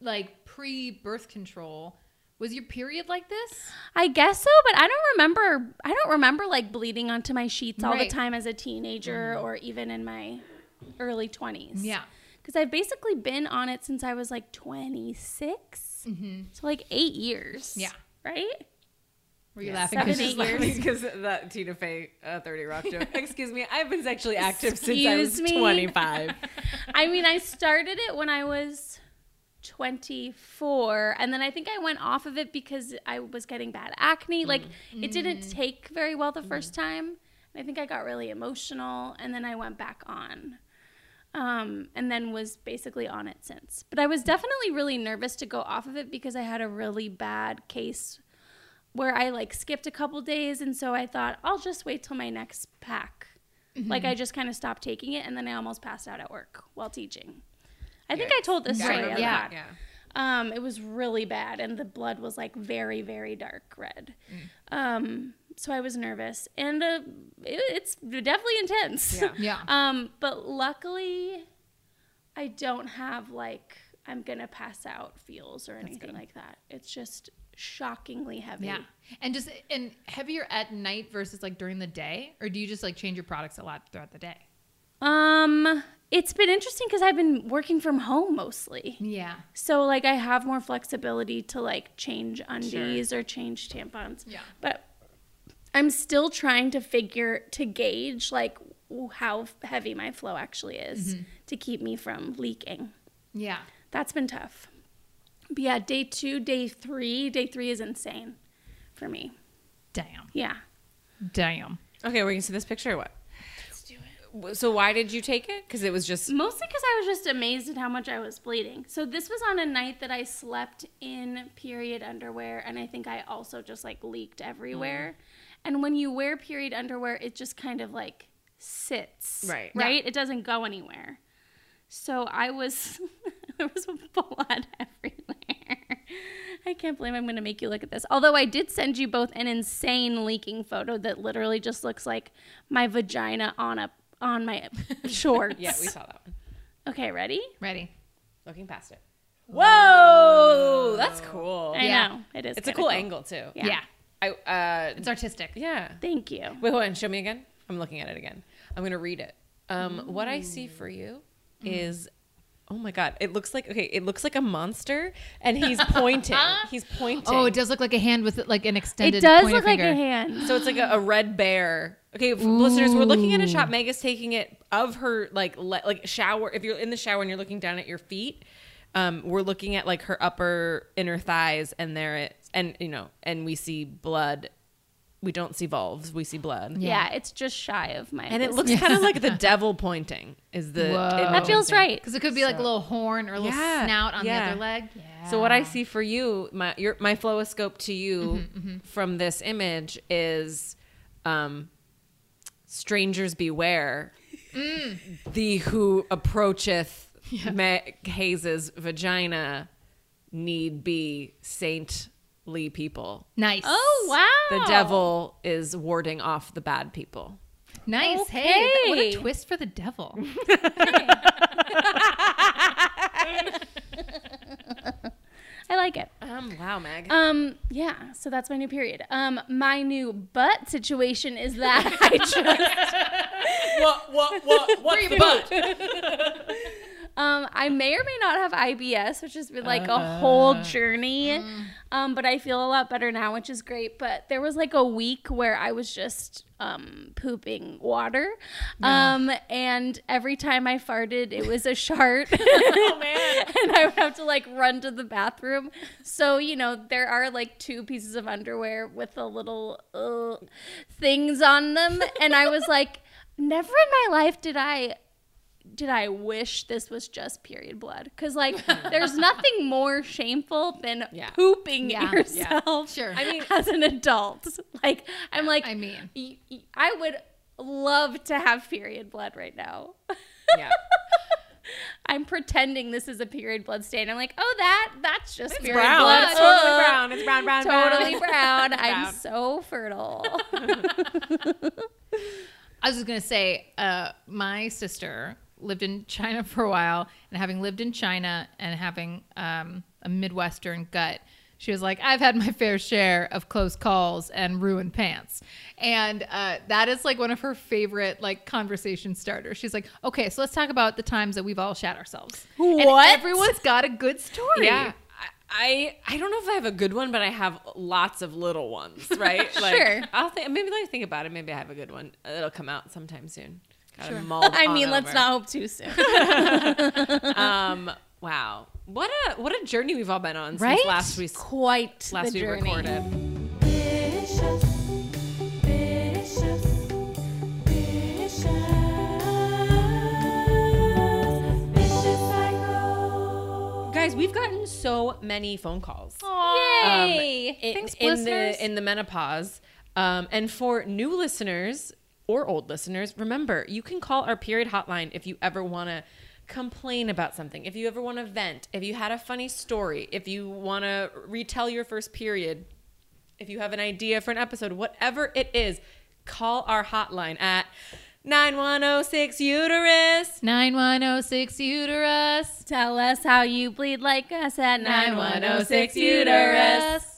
like pre birth control? Was your period like this?
I guess so, but I don't remember. I don't remember like bleeding onto my sheets all
Right.
the time as a teenager or even in my early 20s.
Yeah.
Because I've basically been on it since I was like 26. So like eight years.
Mm-hmm. Yeah.
Right?
Were you laughing?
Seven,
'cause
eight
she's
[LAUGHS]
laughing?
years.
because that Tina Fey uh, 30 Rock [LAUGHS] joke. Excuse me, I've been sexually active since I was
Excuse me. [LAUGHS]
25.
I mean, I started it when I was 24, and then I think I went off of it because I was getting bad acne. Like, it didn't
Mm.
take very well
Mm-hmm.
the first time. And I think I got really emotional, and then I went back on. Um, and then was basically on it since. But I was definitely really nervous to go off of it because I had a really bad case where I like skipped a couple days, and so I thought I'll just wait till my next pack. Like I just kind of stopped taking it, and then I almost passed out at work while teaching. I think I told this
Yeah, I
story.
remember
out
that,
loud. Um, it was really bad, and the blood was like very, very dark red.
Mm.
Um, so I was nervous, and uh, it, it's definitely intense. [LAUGHS]
Yeah.
Yeah.
Um, but luckily, I don't have like I'm gonna pass out feels or anything like that. It's just shockingly heavy.
Yeah. And just and heavier at night versus like during the day, or do you just like change your products a lot throughout the day?
Um, it's been interesting because I've been working from home mostly.
Yeah.
So like I have more flexibility to like change undies or change tampons.
Yeah.
But I'm still trying to figure to gauge like w- how f- heavy my flow actually is to keep me from leaking.
Yeah.
That's been tough. But yeah, day 2, day 3, day 3 is insane for me.
Damn.
Yeah.
Damn.
Okay, we're going to see this picture or what? Let's do it. So, why did you take it? Because it was just.
Mostly because I was just amazed at how much I was bleeding. So this was on a night that I slept in period underwear, and I think I also just like leaked everywhere.
Mm.
And when you wear period underwear, it just kind of like sits,
Right.
Right, it doesn't go anywhere. So I was, [LAUGHS] there was blood [LAUGHS] everywhere. I can't believe I'm going to make you look at this. Although I did send you both an insane leaking photo that literally just looks like my vagina on a on my [LAUGHS] shorts.
Yeah, we saw that one.
Okay, ready?
Ready.
Looking past it. Whoa! That's cool.
I
Yeah.
know it is.
It's a
kinda
cool angle, too.
Yeah.
yeah.
I, uh,
It's artistic.
yeah.
Thank you.
Wait, hold on. Show me again. I'm looking at it again. I'm going to read it. Um, What I see for you is, oh my God, it looks like, okay, it looks like a monster and he's [LAUGHS] pointing. he's pointing.
Oh, it does look like a hand with like an extended.
It does
pointer
look like
finger.
a hand.
So it's like a, a red bear. Okay, f- listeners, we're looking at a shot. Meg is taking it of her like le- like shower. If you're in the shower and you're looking down at your feet, um, we're looking at like her upper inner thighs, and there it and you know, and we see blood. We don't see valves. We see blood.
Yeah, it's just shy of my.
And it looks kind of like the devil pointing. Is the
Whoa.
it-
That feels right.
Because it could be like a little horn or a little
Yeah,
snout on
yeah.
the other leg. Yeah.
So what I see for you, my your, my fluoroscope to you from this image is, um, strangers beware, the who approacheth Meg Hayes's vagina need be saintly people.
nice.
Oh wow!
The devil is warding off the bad people.
Nice. Hey, th- what a
Okay.
twist for the devil.
I like it.
Um, wow, Meg.
Um, yeah. So that's my new period. Um, my new butt situation is
[LAUGHS]
that I just
what what what what the butt?
um I may or may not have IBS, which has been like a whole journey. Um, but I feel a lot better now, which is great. But there was like a week where I was just um pooping water. Um, and every time I farted, it was a shart. [LAUGHS] and I would have to like run to the bathroom. So you know there are like two pieces of underwear with the little uh, things on them, and I was like, never in my life did I did I wish this was just period blood? Because
[LAUGHS]
like, there's nothing more shameful than
Yeah.
pooping
Yeah, yeah.
yourself. [LAUGHS]
Sure.
I mean, as an adult, like I'm like,
I mean.
y- y- I would love to have period blood right now. [LAUGHS]
Yeah.
I'm pretending this is a period blood stain. I'm like, oh, that that's just period
brown.
blood.
It's totally
Ugh.
brown. It's brown, brown, brown.
Totally
[LAUGHS]
brown. I'm
Brown.
so fertile.
[LAUGHS]
I was just gonna say, uh, my sister lived in China [LAUGHS] for a while, and having lived in China and having um, a Midwestern gut, she was like, "I've had my [LAUGHS] fair share of close calls and ruined pants," and uh, that is like one of her favorite like conversation starters. She's like, "Okay, so let's talk about the times that we've all shat ourselves." And
What?
everyone's got a good story.
Yeah. I, I I don't know if I have a good one, but I have lots of
[LAUGHS]
little ones, right? Like,
Sure.
I'll think maybe let me think about it. Maybe I have a good one. It'll come out sometime soon. Gotta mull
I
on
mean, let's
over.
not hope too
[LAUGHS]
soon.
Um, wow, what a what a journey we've all been on
Right?
since last we
Quite the
last we
journey.
recorded.
Delicious, delicious, delicious, vicious cycle.
Guys, we've gotten so many phone calls. Um,
Yay!
in,
Thanks,
in
listeners.
the in the menopause. Um, and for new listeners or old listeners, remember you can call our period hotline if you ever want to complain about something, if you ever want to vent, if you had a funny story, if you want to retell your first period, if you have an idea for an episode, whatever it is, call our hotline at 9106 uterus.
Nine one zero six uterus.
Tell us how you bleed like us at
9106
9106
uterus.
uterus.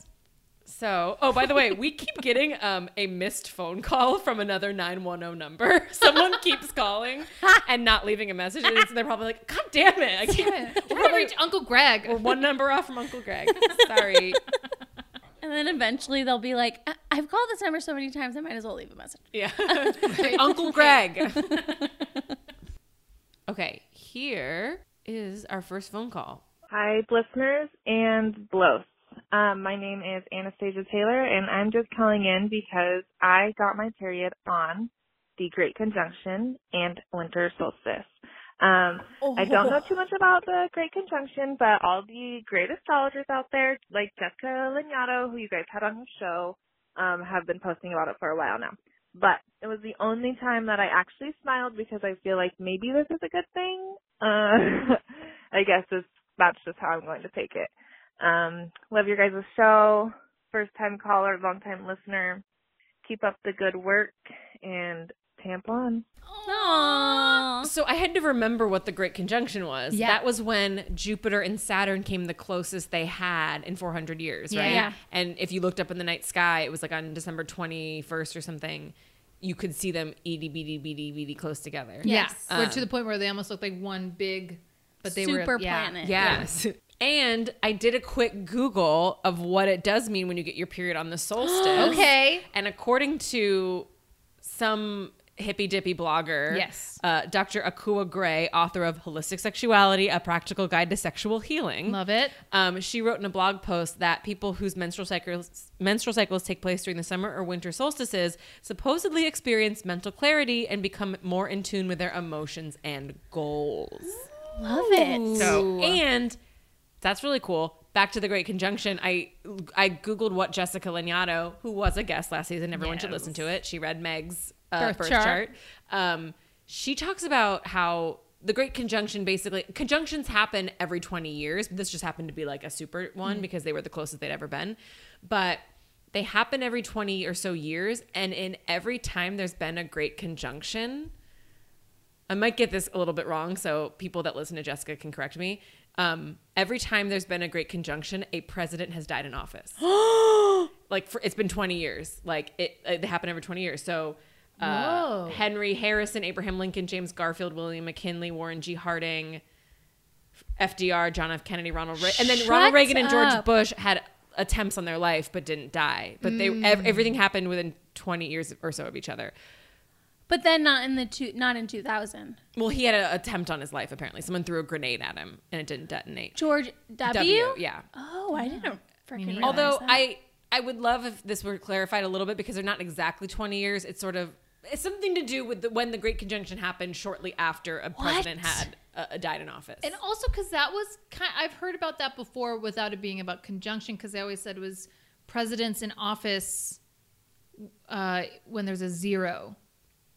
So, oh, by the way, we keep getting um, a missed phone call from another 910 number. [LAUGHS] Someone keeps calling and not leaving a message. And so they're probably like, God damn it. I can't.
We're gonna reach Uncle Greg.
We're one number off from Uncle Greg. [LAUGHS] Sorry.
And then eventually they'll be like, "I- I've called this number so many times, I might as well leave a message.
[LAUGHS] Yeah. Uncle Greg. [LAUGHS] okay, here is our first phone call.
Hi, listeners and blows. Um, my name is Anastasia Taylor, and I'm just calling in because I got my period on the Great Conjunction and winter solstice. Um, I don't know too much about the Great Conjunction, but all the great astrologers out there, like Jessica Lignato, who you guys had on your show, um, have been posting about it for a while now. But it was the only time that I actually smiled because I feel like maybe this is a good thing. Uh, [LAUGHS] I guess it's, that's just how I'm going to take it. Um, love your guys' show. First time caller, long time listener. Keep up the good work and tampon.
Aww.
So I had to remember what the Great Conjunction was.
Yeah.
That was when Jupiter and Saturn came the closest they had in 400 years, right?
Yeah.
And if you looked up in the night sky, it was like on December 21st or something, you could see them itty bitty bitty bitty close together.
Yes.
Um,
We're to the point where they almost look like one big, but they were
Super
yeah.
planet.
Yes. And I did a quick Google of what it does mean when you get your period on the solstice.
[GASPS] Okay.
And according to some hippy dippy blogger,
Yes.
uh, Dr. Akua Gray, author of Holistic Sexuality: A Practical Guide to Sexual Healing,
Love it.
um, she wrote in a blog post that people whose menstrual cycles menstrual cycles take place during the summer or winter solstices supposedly experience mental clarity and become more in tune with their emotions and goals.
Love it.
So and that's really cool. Back to the Great Conjunction. I I googled what Jessica Lignato, who was a guest last season, everyone should listen to it. She read Meg's uh,
Birth
birth,
chart.
chart. Um, she talks about how the Great Conjunction basically conjunctions happen every twenty years. This just happened to be like a super
Mm-hmm.
one because they were the closest they'd ever been, but. They happen every 20 or so years, and in every time there's been a great conjunction, I might get this a little bit wrong, so people that listen to Jessica can correct me. Um, every time there's been a great conjunction, a president has died in office. like for, it's been 20 years. Like it, it happened every 20 years. So uh, Henry Harrison, Abraham Lincoln, James Garfield, William McKinley, Warren G. Harding, FDR, John F. Kennedy, Ronald Reagan, and then Ronald Reagan and George Bush had attempts on their life but didn't die. But they ev- everything happened within 20 years or so of each other.
But then not in the two, not in 2000.
Well, he had an attempt on his life. Apparently, someone threw a grenade at him and it didn't detonate.
George W.
yeah.
Oh, I didn't freaking realize
Although
that.
I, I would love if this were clarified a little bit because they're not exactly twenty years. It's sort of It's something to do with the, when the Great Conjunction happened shortly after a president had uh, died in office.
And also because that was kind I've heard about that before without it being about conjunction because they always said it was presidents in office uh, when there's a zero,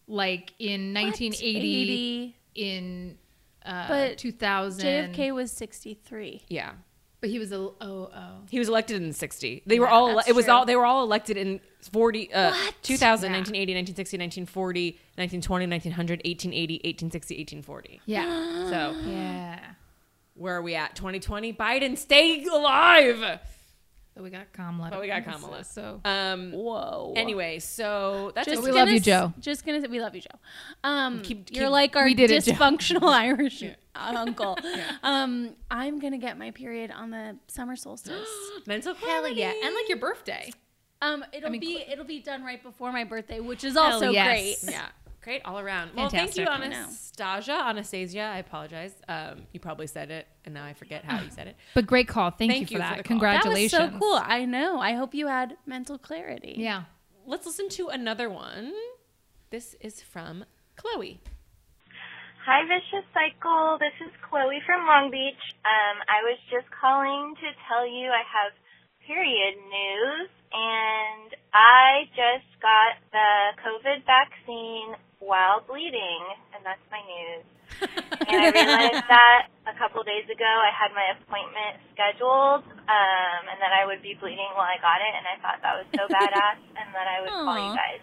like in 1980,
80.
in uh,
But
2000.
JFK was 63.
yeah,
but he was a oh oh.
he was elected in '60. They were all ele-
that's
it was
true.
all they were all elected in 40, uh, 2000,
Yeah.
1980, 1960, 1940, 1920, 1900, 1880, 1860, 1840.
[GASPS]
Yeah,
So
yeah.
where are we at? 2020. Biden, stay alive.
But we got Kamala.
But we got Kamala.
So
Um.
Whoa.
Anyway, so that's
Just
it.
we love
gonna
you,
s-
Joe.
Just gonna say we love you, Joe. Um,
Keep-
you're
keep-
like our
we did it, Joe.
dysfunctional Irish uncle. Um, I'm gonna get my period on the summer solstice.
mental
hell yeah,
quality.
and like your birthday.
Um, it'll
mean,
be it'll be done right before my birthday, which is also
yes.
great.
Yeah. Great all around. Well, thank you,
Fantastic. I know.
Anastasia. Anastasia, I apologize. Um, you probably said it, and now I forget how you said it.
But great call. Thank,
Thank
you for
you for
that.
the call.
That was
Congratulations.
so cool. I know. I hope you had mental clarity.
Yeah.
Let's listen to another one. This is from Chloe.
Hi, Vicious Cycle. This is Chloe from Long Beach. Um, I was just calling to tell you I have period news, and I just got the COVID vaccine while bleeding, and that's my news. and I realized that a couple days ago. I had my appointment scheduled, um, and that I would be bleeding while I got it, and I thought that was so badass, and that I would call you
Aw.
guys.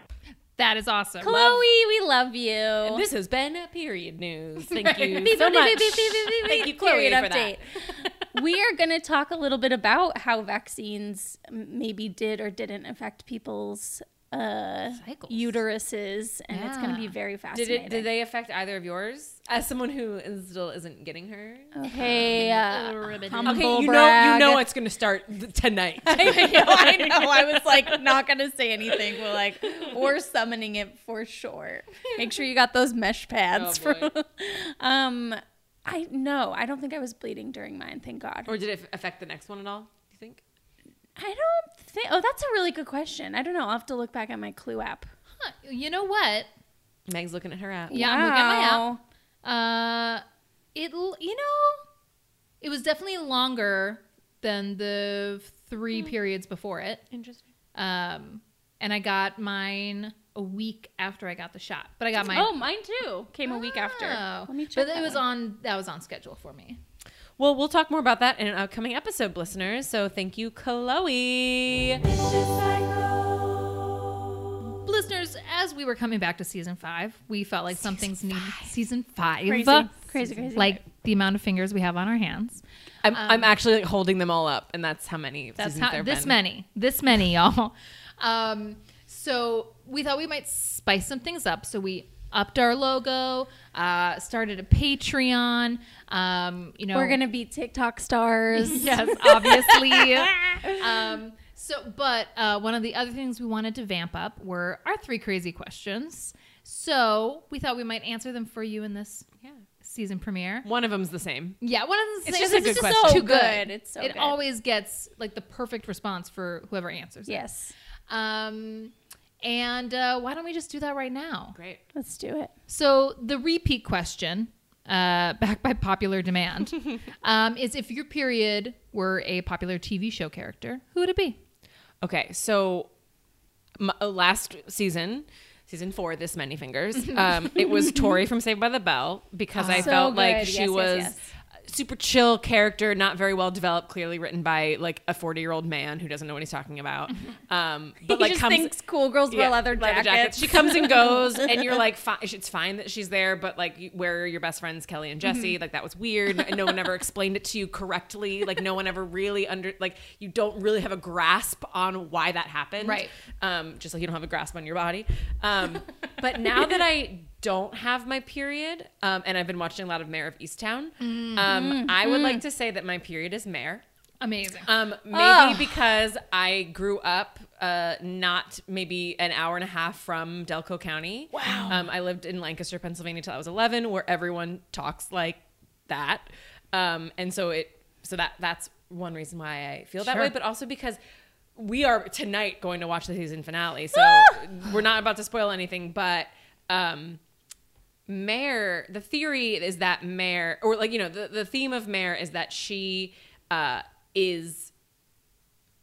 That is awesome.
Chloe, we love you.
And this has been Period News. Thank you
Beep,
so
beep, beep, beep,
much.
beep, beep, beep,
Thank you,
beep.
Chloe,
Period
for that.
[LAUGHS]
[LAUGHS]
we are going to talk a little bit about how vaccines m- maybe did or didn't affect people's uh,
Cycles.
uteruses, and it's going to be
Yeah.
very
Did
fascinating.
it? Did they affect either of yours? As someone who is still isn't getting her.
Okay, uh, humble
Okay, you
brag.
know, you know it's going to start th- tonight.
[LAUGHS] I know, I know. [LAUGHS] I was like not gonna say anything. We're like, we're summoning it for sure. Make sure you got those mesh pads.
Oh, boy.
from- [LAUGHS] um, I no, I don't think I was bleeding during mine. Thank God.
or did it affect the next one at all? Do you think?
I don't think. Oh, that's a really good question. I don't know. I'll have to look back at my Clue app.
Huh, You know what?
Meg's looking at her app.
Yeah, I'm looking at my app.
Wow.
Uh, it l- you know, it was definitely longer than the
Hmm.
three periods before it.
Interesting.
Um, and I got mine a week after I got the shot, but I got mine.
Oh, mine too. Came a week after.
Oh.
Ah.
Let me check.
But it
that
was
one.
on that was on schedule for me.
Well, we'll talk more about that in an upcoming episode, listeners. So thank you, Chloe.
Listeners, as we were coming back to season five, we felt like some things need season five.
Crazy, crazy, crazy.
Like the amount of fingers we have on our hands.
I'm, I'm actually like, holding them all up, and Um, that's how many.
That's
seasons
how
there've
this
been.
many, this many, [LAUGHS] y'all. Um, so we thought we might spice some things up. So we upped our logo, uh, started a Patreon. Um, you know,
we're
[LAUGHS]
gonna be TikTok stars.
yes,
[LAUGHS]
obviously. um, so, but uh, one of the other things we wanted to vamp up were our three crazy questions. So we thought we might answer them for you in this season premiere.
One of them's the same.
Yeah, one of them.
It's just a good question.
so good. It's so
it
good.
always gets like the perfect response for whoever answers. it.
yes,
Um, and uh, why don't we just do that right now?
Great.
let's do it.
So the repeat question, uh, [LAUGHS] back by
[LAUGHS]
popular demand, um, is if your period were a popular TV show character, who would it be?
Okay, so m uh, last season, season four, this
[LAUGHS]
many fingers. Um, it was Tori from Saved by the Bell because I
Ah. So
felt like
good.
she
Yes, yes,
was.
yes.
a Super chill character, not very well developed. Clearly written by like a forty-year-old man who doesn't know what he's talking about.
[LAUGHS]
Um,
Mm-hmm. he
but like
just
comes,
thinks cool girls
Yeah,
wear leather jackets.
She comes and goes, and you're like, fi- it's fine that she's there, but like, you- where are your best friends, Kelly and Jesse?
Mm-hmm.
Like, that was weird. and No one ever explained it to you correctly. Like, no one ever really under, like, you don't really have a grasp on why that happened.
Right.
Um, just like you don't have a grasp on your body. Um, but now that I don't have my period, um, and I've been watching a lot of Mayor of Easttown,
Mm-hmm.
um, I would like to say that my period is Mayor.
Amazing.
Um, maybe because I grew up uh, not maybe an hour and a half from Delco County. Wow. Um, I lived in Lancaster, Pennsylvania till I was 11, where everyone talks like that. Um, and so it, so that that's one reason why I feel that way, but also because we are tonight going to watch the season finale, so we're not about to spoil anything. But um, Mare, the theory is that Mare, or like you know, the the theme of Mare is that she uh, is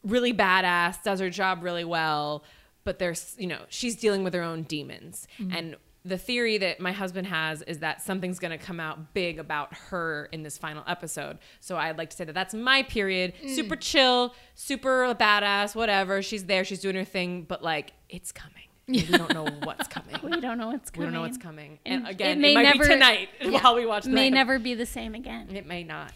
really badass, does her job really well, but there's, you know, she's dealing with her own demons. And the theory that my husband has is that something's going to come out big about her in this final episode. So I'd like to say that that's my period. Super chill, super badass, whatever. She's there, she's doing her thing, but like it's coming. We don't know what's coming.
[LAUGHS] We don't know what's
We
coming.
don't know what's coming.
And
And again,
it
it,
may
might
never-
be tonight [LAUGHS]
[LAUGHS] Yeah.
while we watch the
May never be the same again.
It
[LAUGHS]
may not.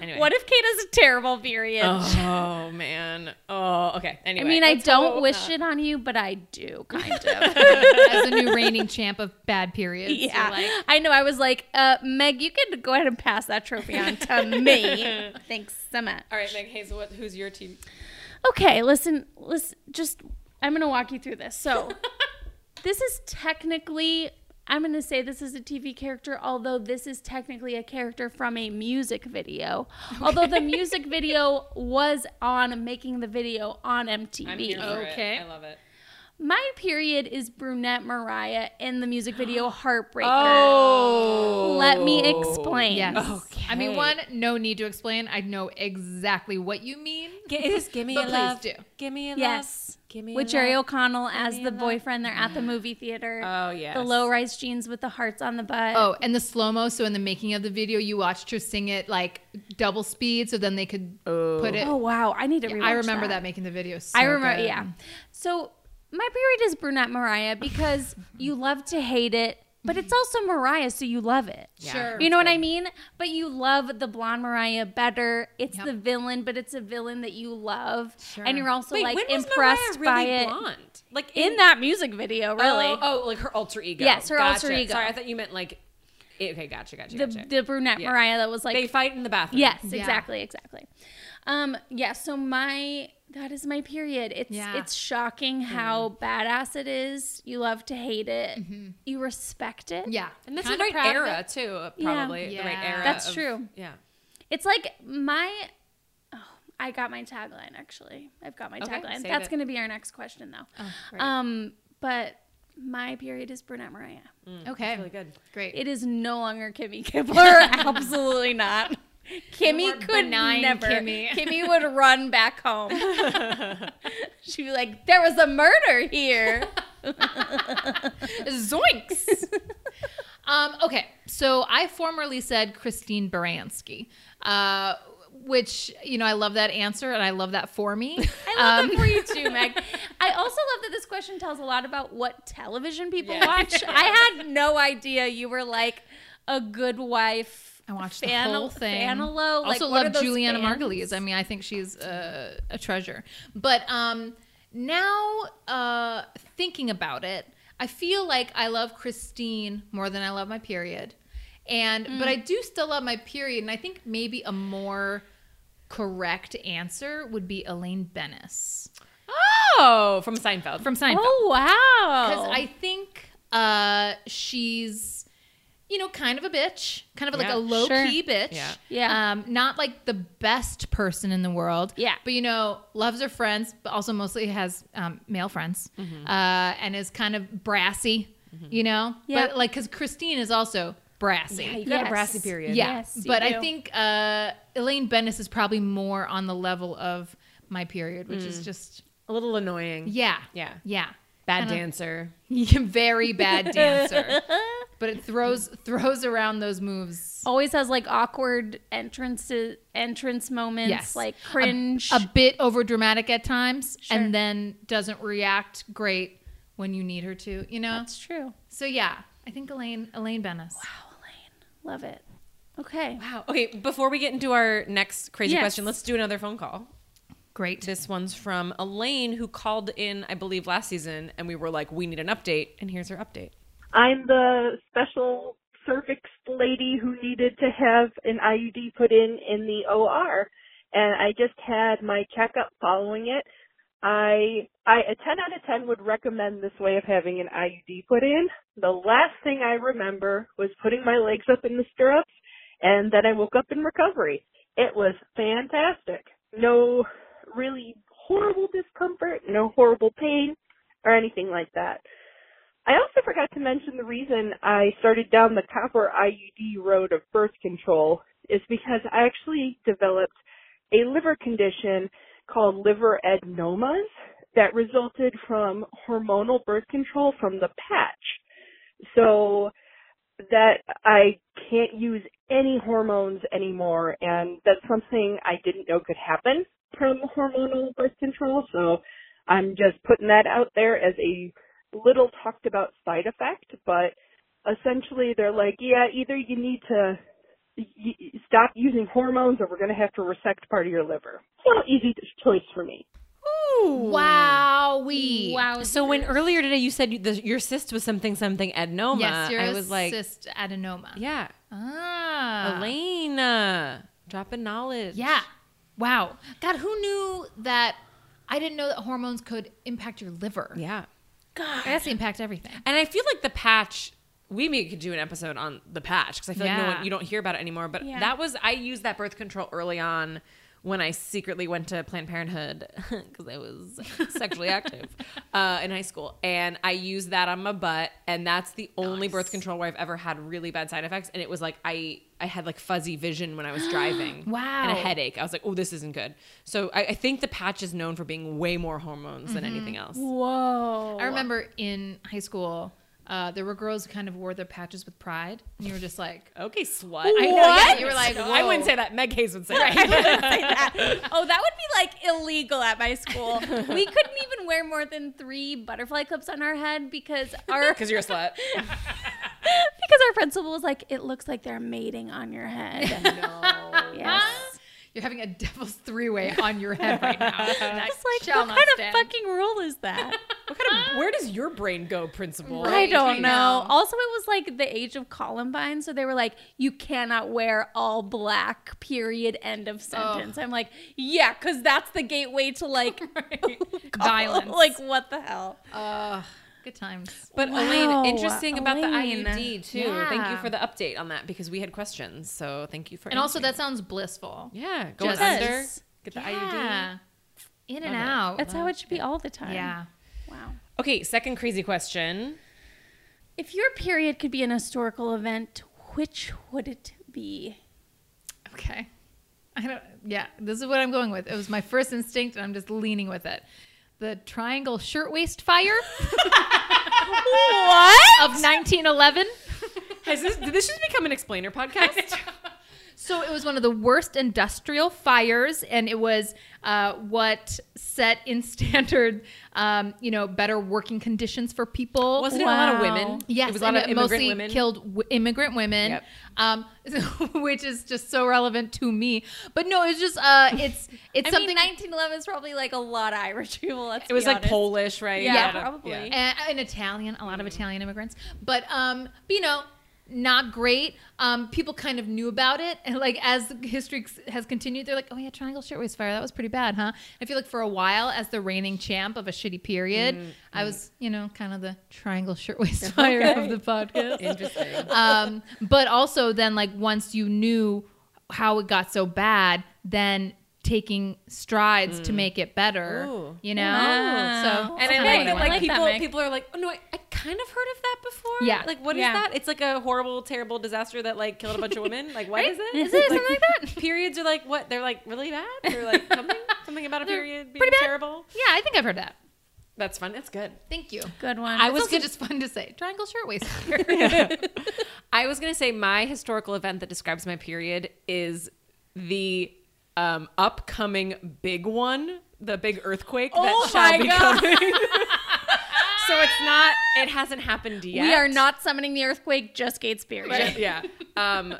anyway.
What if Kate has a terrible period?
Oh man. Oh, okay. Anyway.
I mean, I
let's hope
don't
will
wish
not.
it on you, but I do kind
[LAUGHS]
of.
as the new reigning champ of bad periods. You're
[LAUGHS] yeah,
like,
I know. I was like, uh, Meg, you can go ahead and pass that trophy on to
[LAUGHS]
me. Thanks so much.
All right, Meg Hayes, what, who's your team?
Okay, listen, listen, just I'm gonna walk you through this.
[LAUGHS]
So this is technically I'm gonna say this is a TV character, although this is technically a character from a music video. Although the music video was on making the video on MTV.
I'm here for
Okay.
It. I love it.
My period is brunette Mariah in the music [GASPS] video Heartbreaker.
Oh.
Let me explain.
yes.
Okay.
I mean, one, no need to explain. I know exactly what you mean.
just give me
But a please love. do.
Give me a
Yes.
Give me
[LAUGHS] with Jerry O'Connell as the boyfriend. They're [GASPS] at the movie theater.
Oh, yes.
The low rise jeans with the hearts on the butt.
Oh, and the slow mo. So in the making of the video, you watched her sing it like double speed, so then they could put it.
Oh, wow. I need to rewatch
I remember that. making the video. So
I remember,
good.
yeah. So my period is brunette Mariah because [LAUGHS] you love to hate it, but it's also Mariah, so you love it.
Sure.
You know what I mean? But you love the blonde Mariah better. It's
Yep.
the villain, but it's a villain that you love,
Sure.
and you're also
Wait,
like
when was
impressed
Mariah
by
really
it
blonde? Like
in that music video. Really,
Oh, oh, like her alter ego.
Yes, her
Gotcha.
alter ego.
Sorry, I thought you meant like. It, okay, gotcha, gotcha,
the
gotcha.
the brunette
Yeah.
Mariah that was like
they fight in the bathroom.
Yes,
Yeah.
exactly, exactly. Um, yeah, so my that is my period. It's
Yeah.
it's shocking how badass it is. You love to hate it. You respect it.
Mm-hmm. Yeah.
and that's
Kinda
the right
proud of
era
it.
too. uh, Probably the right
Yeah.
era.
That's
of-
true.
Yeah.
It's like my oh, I got my tagline actually. I've got my
Okay,
tagline.
save
That's
it. Oh,
gonna be our next question though.
great.
um, but my period is brunette Mariah.
Okay.
Really good.
Great.
It is no longer
[LAUGHS]
Kimmy Kibler. Absolutely not. Kimmy
More
could
benign
never.
Kimmy.
Kimmy. would run back
[LAUGHS]
home. She'd be like, "There was a murder here."
Zoinks. [LAUGHS] um, okay, so I formerly said Christine Baranski, uh, which you know I love that answer and I love that for me.
[LAUGHS] I love
Um,
that for you too, Meg. I also love that this question tells a lot about what television people
[LAUGHS]
watch. I had no idea you were like a good wife.
I watched
fan-
the whole thing.
Fanalo, like,
also
what are
love
those
Juliana
fans?
Margulies. I mean, I think she's a, a treasure. But um, now uh, thinking about it, I feel like I love Christine more than I love my period, and but
Mm.
I do still love my period, and I think maybe a more correct answer would be Elaine Bennis
Oh, from Seinfeld.
from Seinfeld
Oh wow!
because I think uh, she's, you know, kind of a bitch, kind of like
Yeah.
a low
Sure.
key bitch.
Yeah.
Yeah.
Um, not like the best person in the world.
Yeah.
But you know, loves her friends, but also mostly has um, male friends,
Mm-hmm.
uh, and is kind of brassy. You know.
Yeah.
But like, because Christine is also brassy.
you got
Yes.
a brassy period.
Yeah,
Yes, you
but I
do.
think uh, Elaine Bennis is probably more on the level of my period, which
Mm.
is just
A little annoying.
yeah,
Yeah.
yeah,
Bad
Kinda-
dancer.
[LAUGHS] very bad [LAUGHS] dancer. but it throws throws around those moves
always has like awkward entrances, entrance moments,
Yes.
like cringe.
a bit over dramatic at times
Sure.
and then doesn't react great when you need her to, you know?
That's true.
so yeah, I think Elaine Elaine Bennis.
Wow, Elaine, love it. Okay,
Wow. Okay, before we get into our next crazy
Yes.
question, let's do another phone call.
Great.
This one's from Elaine, who called in, I believe, last season, and we were like, we need an update, and here's her update.
I'm the special cervix lady who needed to have an IUD put in in the OR, and I just had my checkup following it. I I a 10 out of 10 would recommend this way of having an IUD put in. The last thing I remember was putting my legs up in the stirrups and then I woke up in recovery. It was fantastic. No really horrible discomfort, no horrible pain or anything like that. I also forgot to mention the reason I started down the copper IUD road of birth control is because I actually developed a liver condition called liver adenomas that resulted from hormonal birth control from the patch. So that I can't use any hormones anymore and that's something I didn't know could happen from hormonal birth control. So I'm just putting that out there as a little talked about side effect, but essentially they're like, yeah, either you need to y- y- stop using hormones or we're going to have to resect part of your liver. So easy choice for me.
Wow. Wowee.
Wow.
So when earlier today you said you, the, your cyst was something something adenoma,
Yes, you're
I
a
was like,
cyst adenoma.
yeah,
Ah.
Elena, dropping knowledge.
Yeah. Wow. God, who knew that? I didn't know that hormones could impact your liver.
yeah.
That's the impact everything.
And I feel like the patch. We maybe could do an episode on the patch because I feel like no
Yeah.
one you don't hear about it anymore. But
Yeah.
that was I used that birth control early on when I secretly went to Planned Parenthood [LAUGHS] because I was
[LAUGHS]
sexually active uh, in high school, and I used that on my butt, and that's the only birth control where I've ever had really bad side effects. And it was like I I had like fuzzy vision when I was driving,
[GASPS]
and
Wow.
a headache. I was like, oh, this isn't good. So I, I think the patch is known for being way more hormones
Mm-hmm.
than anything else.
Whoa.
I remember in high school, uh, there were girls who kind of wore their patches with pride, and you were
[LAUGHS]
just like,
Okay, slut.
know, yeah, you were like,
I wouldn't
whoa.
say that. Meg Hayes would say
I
that.
wouldn't say that. Oh, that would be like illegal at my school. We couldn't even wear more than three butterfly clips on our head
[LAUGHS]
because our
Because you're a slut.
because our principal was like, "It looks like they're mating on your head."
[LAUGHS] "No,
yes.
you're having a devil's three-way on your head right
[LAUGHS]
now." That
It's like,
shall
what
not
kind
stand.
of fucking rule is that?
[LAUGHS]
What kind of, where does your brain go, principal?
I
Right, I
don't know.
know.
Also, it was like the age of Columbine, so they were like, "You cannot wear all black." Period. End of sentence. I'm like, yeah, because that's the gateway to like [LAUGHS]
Violence.
Like, what the hell?
Ugh, good times.
But
Wow,
Elaine, interesting about
Elaine.
the IUD too.
Yeah.
Thank you for the update on that because we had questions. So thank you for
And also,
answering
that sounds blissful.
yeah, going
Just-
under, get the E IUD.
Yeah. In and
Love it.
out.
That's how it should be all the time.
Yeah.
Wow.
Okay, second crazy question.
If your period could be an historical event, which would it be?
Okay. I don't. Yeah, this is what I'm going with. It was my first instinct, and I'm just leaning with it. The Triangle Shirtwaist Fire
[LAUGHS] What?
of 1911.
Has this did this just become an explainer podcast?
So it was one of the worst industrial fires, and it was uh, what set in [LAUGHS] standard, um, you know, better working conditions for people.
Wasn't it a lot of women?
Yes,
it was a lot
and
of
it
immigrant
mostly
women.
killed w- immigrant women,
Yep.
um, [LAUGHS] which is just so relevant to me. But no, it's just uh, it's it's
I
something.
mean, 1911 is probably like a lot of Irish people. Let's
It was
be
like
honest.
Polish, right?
Yeah,
A lot of-
probably.
yeah. Mm-hmm.
and, and Italian, a lot of Italian immigrants. But um, but, you know, not great. Um, people kind of knew about it, and like as the history has continued, they're like, "Oh yeah, Triangle Shirtwaist Fire, that was pretty bad, huh?" I feel like for a while, as the reigning champ of a shitty period,
Mm-hmm.
I was, you know, kind of the Triangle
[LAUGHS]
Shirtwaist [LAUGHS] Fire of the podcast. Interesting. Um, but also then, like once you knew how it got so bad, then taking strides to make it better,
Mm. Ooh.
you know.
Wow.
So
And
kinda
I
what
like that,
went
like,
like that,
people,
Meg.
people are like, oh no, I, I kind of heard of that before.
Yeah.
like what is
Yeah.
that? It's like a horrible, terrible disaster that like killed a bunch of women. Like what is it?
Is it
something like
[LAUGHS]
that? Periods are like what? They're like really bad. They're [LAUGHS] like something, something about a period being
pretty bad.
terrible.
Yeah, I think I've heard that.
That's fun. That's good.
Thank you.
Good one.
I was also just fun to say. Triangle [LAUGHS] shirtwaist.
[LAUGHS] I was gonna say my historical event that describes my period is the um, upcoming big one, the big earthquake that shall be coming. [LAUGHS] so it's not. It hasn't happened yet.
We are not summoning the earthquake, just Gates period.
[LAUGHS] yeah. Um,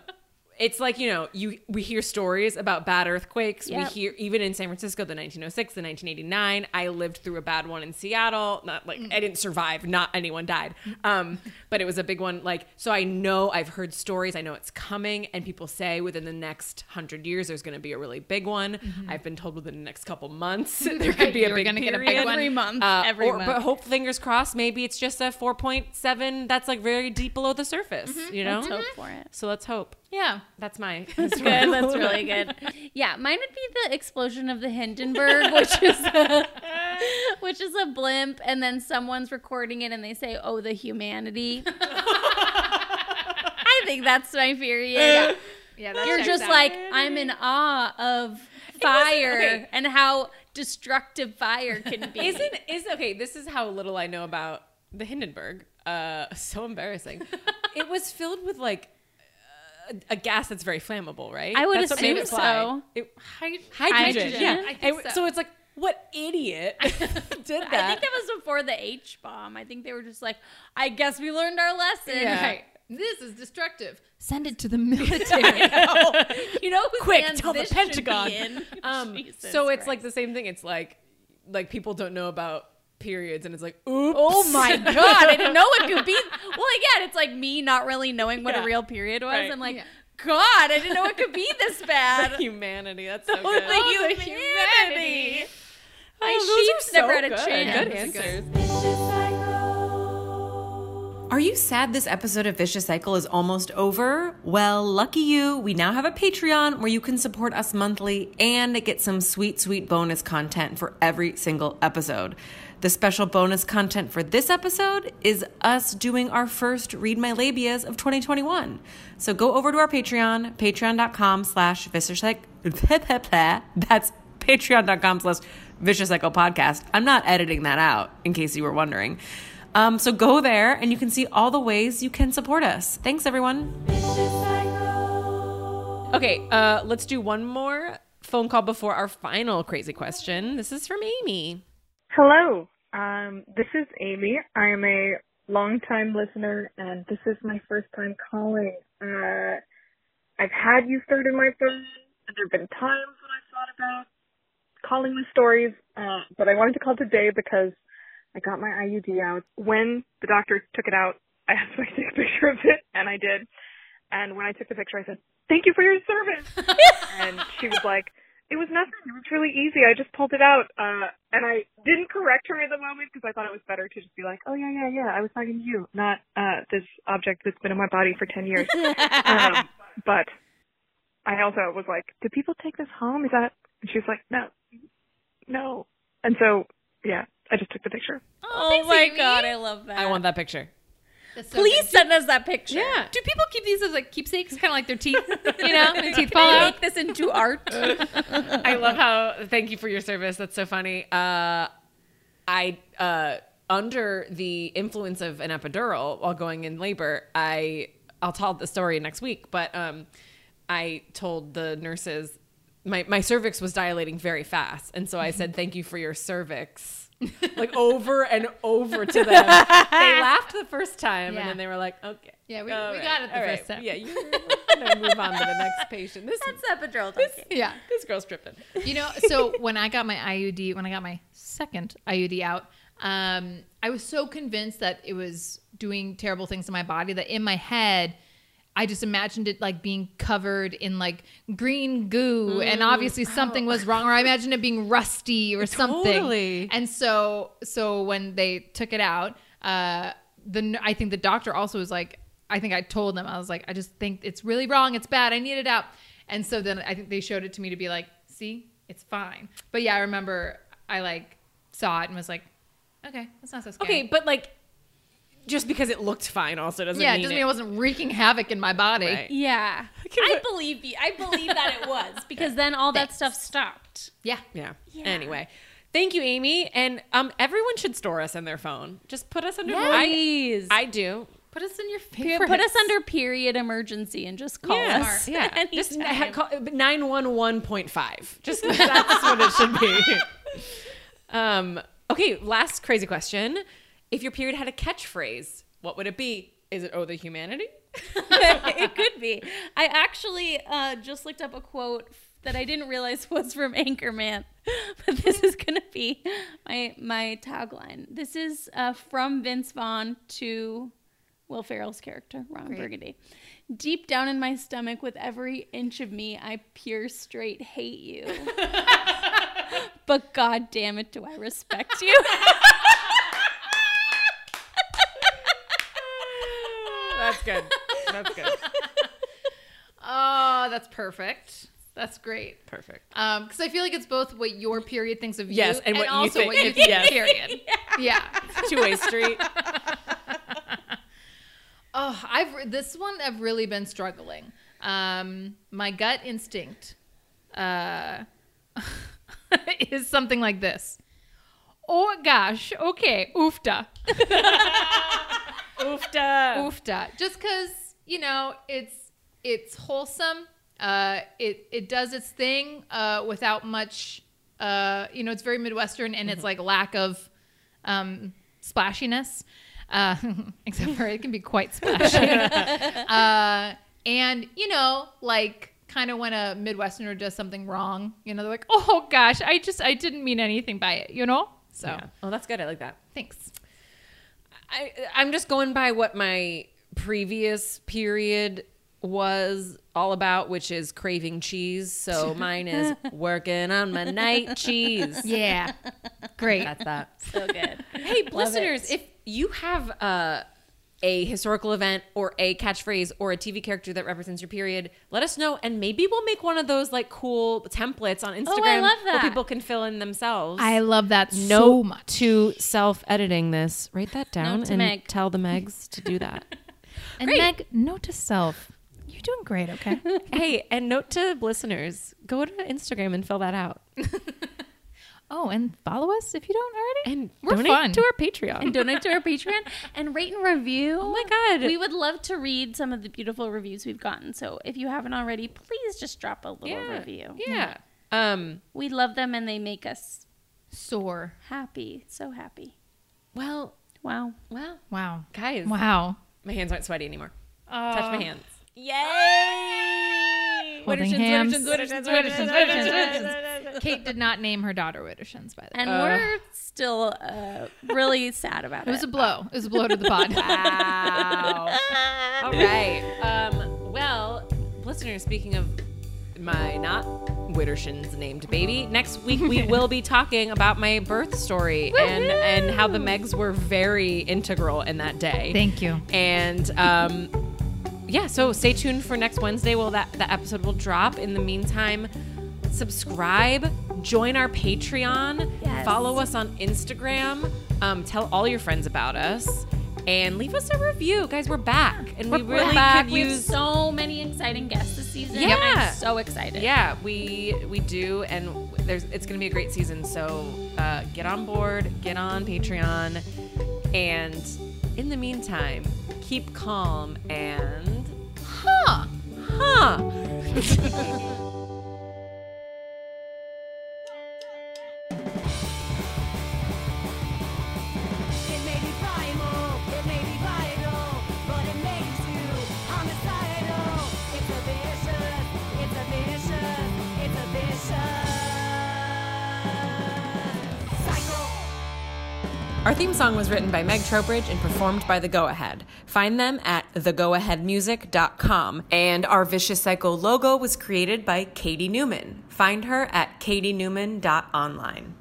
it's like you know you we hear stories about bad earthquakes.
Yep.
We hear even in San Francisco the 1906, the 1989. I lived through a bad one in Seattle. Not like
Mm.
I didn't survive. Not anyone died. Um, but it was a big one. Like so, I know I've heard stories. I know it's coming, and people say within the next hundred years there's going to be a really big one. I've been told within the next couple months [LAUGHS] there could be
Mm-hmm.
a
You're
big,
gonna get a big
period.
one.
Every month.
Uh,
every
or-
month.
But hope fingers crossed. Maybe it's just a four point seven. That's like very deep below the surface. You know.
Let's hope for it.
So let's hope.
Yeah.
That's my.
That's good. That's really good. Yeah, mine would be the explosion of the Hindenburg, which is [LAUGHS] which is a blimp, and then someone's recording it, and they say, "Oh, the
[LAUGHS]
humanity." I think that's my
Eh,
period.
Yeah. That
You're
checks
just
out.
like I'm in awe of fire and how destructive fire can be.
[LAUGHS] Isn't is okay? This is how little I know about the Hindenburg. Uh, [LAUGHS] so embarrassing. it was filled with like uh, a gas that's very flammable, right?
I would
that's what made
assume
it fly.
so.
It-
Hy-
hydrogen,
Hydrogen?
yeah.
I think
And so.
so. [LAUGHS]
it's like, what [LAUGHS] idiot did that?
I think that was before the H bomb. I think they were just like, I guess we learned our lesson.
Yeah.
Right. This is destructive. Send it to the [LAUGHS] military.
[LAUGHS] You know, who
quick,
hands
tell the
this should be
Pentagon.
in? [LAUGHS]
Um,
Jesus
so it's like
Christ.
the same thing. It's like like people don't know about periods, and it's like, oops.
Oh [LAUGHS] my god! I didn't know it could be. Well, again, it's like me not really knowing what
Yeah.
a real period was.
Right.
I'm like,
Yeah.
God, I didn't know it could be [LAUGHS] this bad.
[LAUGHS] humanity. That's so
Oh,
good.
the humanity. Oh, My sheep's
those are
never
so
had a
good.
chance.
Good answers.
Are you sad this episode of Vicious Cycle is almost over? Well, lucky you, we now have a Patreon where you can support us monthly and get some sweet, sweet bonus content for every single episode. The special bonus content for this episode is us doing our first Read My Labias of 2021. So go over to our Patreon, patreon.com slash vicious cycle. [LAUGHS] That's patreon.com slash vicious cycle podcast. I'm not editing that out in case you were wondering. Um, so go there and you can see all the ways you can support us. Thanks, everyone.
Okay, uh, let's do one more phone call before our final crazy question. This is from Amy.
Hello, um, this is Amy. I am a longtime listener, and this is my first time calling. Uh, I've had you third in my phone, and there have been times when I've thought about calling the stories, uh, but I wanted to call today because I got my IUD out. When the doctor took it out, I asked [LAUGHS] if I could take a picture of it, and I did. And when I took the picture, I said, "Thank you for your service." and she was like, "It was nothing. It was really easy. I just pulled it out." Uh, and I didn't correct her in the moment because I thought it was better to just be like, "Oh yeah, yeah, yeah. I was talking to you, not uh, this object that's been in my body for ten years." um, but I also was like, "Do people take this home? Is that?" And she was like, "No, no." And so, yeah, I just took the picture.
Oh, my god, I love that.
I want that picture.
That's so
Please
good.
send us that picture.
Yeah.
Do people keep these as like keepsakes, kind of like their [LAUGHS] teeth? You know, when teeth fall
Can I
out.
make this into [LAUGHS] art?
I love how. Thank you for your service. That's so funny. Uh, I uh, under the influence of an epidural while going in labor. I I'll tell the story next week, but um, I told the nurses my my cervix was dilating very fast, and so
[LAUGHS]
I said thank you for your cervix. like over and over
[LAUGHS]
to them. They laughed the first time
Yeah.
and then they were like, okay.
Yeah, we-
all
we got it the
all
first time.
Yeah, you're going to move on to the next patient. This,
That's epidural. talking.
Yeah.
this girl's tripping.
You know, so when I got my IUD, when I got my second IUD out, um, I was so convinced that it was doing terrible things to my body that in my head, I just imagined it like being covered in like green goo, and obviously something was wrong, or I imagined it being rusty or something.
Totally.
And so, so when they took it out, uh, the n- I think the doctor also was like, I think I told them I was like, I just think it's really wrong, it's bad, I need it out. And so then I think they showed it to me to be like, see, it's fine. But yeah, I remember I like saw it and was like, okay, that's not so scary.
Okay, but like, just because it looked fine also doesn't
yeah, it
mean
doesn't
it.
mean it wasn't wreaking havoc in my body.
Right.
[LAUGHS] Yeah. I believe you. I believe that it [LAUGHS] was because then all that stuff stopped.
Yeah.
yeah. Anyway, thank you, Amy, and um, everyone should store us in their phone. Just put us under.
Please.
I, I do.
Put us in your
Pe-
favorite.
Put us under period emergency and just call us. [LAUGHS]
[LAUGHS] Yeah. Just
anytime.
nine one one point five. Just that's what it should be. [LAUGHS] Um. Okay. Last crazy question: If your period had a catchphrase, what would it be? Is it "Oh, the [LAUGHS] humanity"?
[LAUGHS] it could be. I actually uh, just looked up a quote that I didn't realize [LAUGHS] was from Anchorman, [LAUGHS] but this is gonna be my my tagline. This is uh, from Vince Vaughn to Will Ferrell's character, Ron Burgundy. Deep down in my stomach, with every inch of me, I pure straight hate you. but god damn it, do I respect you?
That's good. That's good.
Oh, that's perfect. That's great.
Perfect.
Um, because I feel like it's both what your period thinks of
Yes,
you,
and what you
also
think-
what
[LAUGHS]
you think.
yes.
Period. yeah.
Two way street.
Oh, I've re- this one I've really been struggling. Um, my gut instinct uh, [LAUGHS] is something like this. Oh gosh, okay, oofta,
[LAUGHS] Oofta.
oofta. Just because you know it's it's wholesome. Uh, it it does its thing uh, without much. Uh, you know, it's very midwestern and
Mm-hmm.
it's like lack of um, splashiness. Uh, [LAUGHS] except for it can be quite
[LAUGHS]
splashy. uh, and you know, like kind of when a Midwesterner does something wrong, you know, they're like, "Oh gosh, I just I didn't mean anything by it," you know. So
Yeah. Oh, that's good. I like that.
thanks.
I, I'm just going by what my previous period was all about, which is craving cheese.
[LAUGHS]
So mine is working on my night cheese.
Yeah, [LAUGHS] great.
That's that.
So good.
Hey, listeners, if you have uh, a historical event or a catchphrase or a TV character that represents your period, let us know, and maybe we'll make one of those like cool templates on Instagram
Oh, love that.
where people can fill in themselves.
I love that so
Note
much.
to self-editing this. Write that down
to
and
Meg.
tell the Megs to do [LAUGHS] that.
and Meg, note to self: you're doing great. [LAUGHS] Okay.
hey, and note to listeners: go to Instagram and fill that out,
oh, and follow us if you don't already.
and
We're
donate
fun.
to our Patreon.
And donate to our Patreon and rate and review. Oh
my
[LAUGHS]
God.
We would love to read some of the beautiful reviews we've gotten. So if you haven't already, please just drop a little
yeah.
review.
Yeah. Um.
We love them and they make us
Soar.
happy. So happy.
Well.
Wow.
Well.
Wow.
Guys.
Wow.
My hands aren't sweaty anymore. Touch my hands.
Holding hands. Widdershins, Widdershins, Widdershins. Kate did not name her daughter Widdershins, by the way.
And we're still uh, really sad about
Uh, [LAUGHS] It
it.
was a blow. It was a blow to the pod. wow.
All right. Um. Well, listeners. Speaking of my not Wittershins named baby, next week we will be talking about my birth story and and how the Megs were very integral in that day.
[LAUGHS] Thank you.
And um, yeah, so stay tuned for next Wednesday. Well, that the episode will drop. In the meantime, subscribe, join our Patreon,
Yes.
follow us on Instagram, um, tell all your friends about us, and leave us a review, guys. We're back, and we
We're
really
back.
could
We have
use.
so many exciting guests this season.
Yeah.
I'm so excited.
yeah, we we do, and there's it's gonna be a great season. So uh, get on board, get on Patreon, and in the meantime, keep calm and huh huh.
It may be primal, it may be vital, but it makes you homicidal. It's a vicious, it's a vicious, it's a vicious cycle.
Our theme song was written by Meg Trowbridge and performed by The Go Ahead. Find them at thegoaheadmusic.com. And our Vicious Cycle logo was created by Katie Newman. Find her at katienewman.online.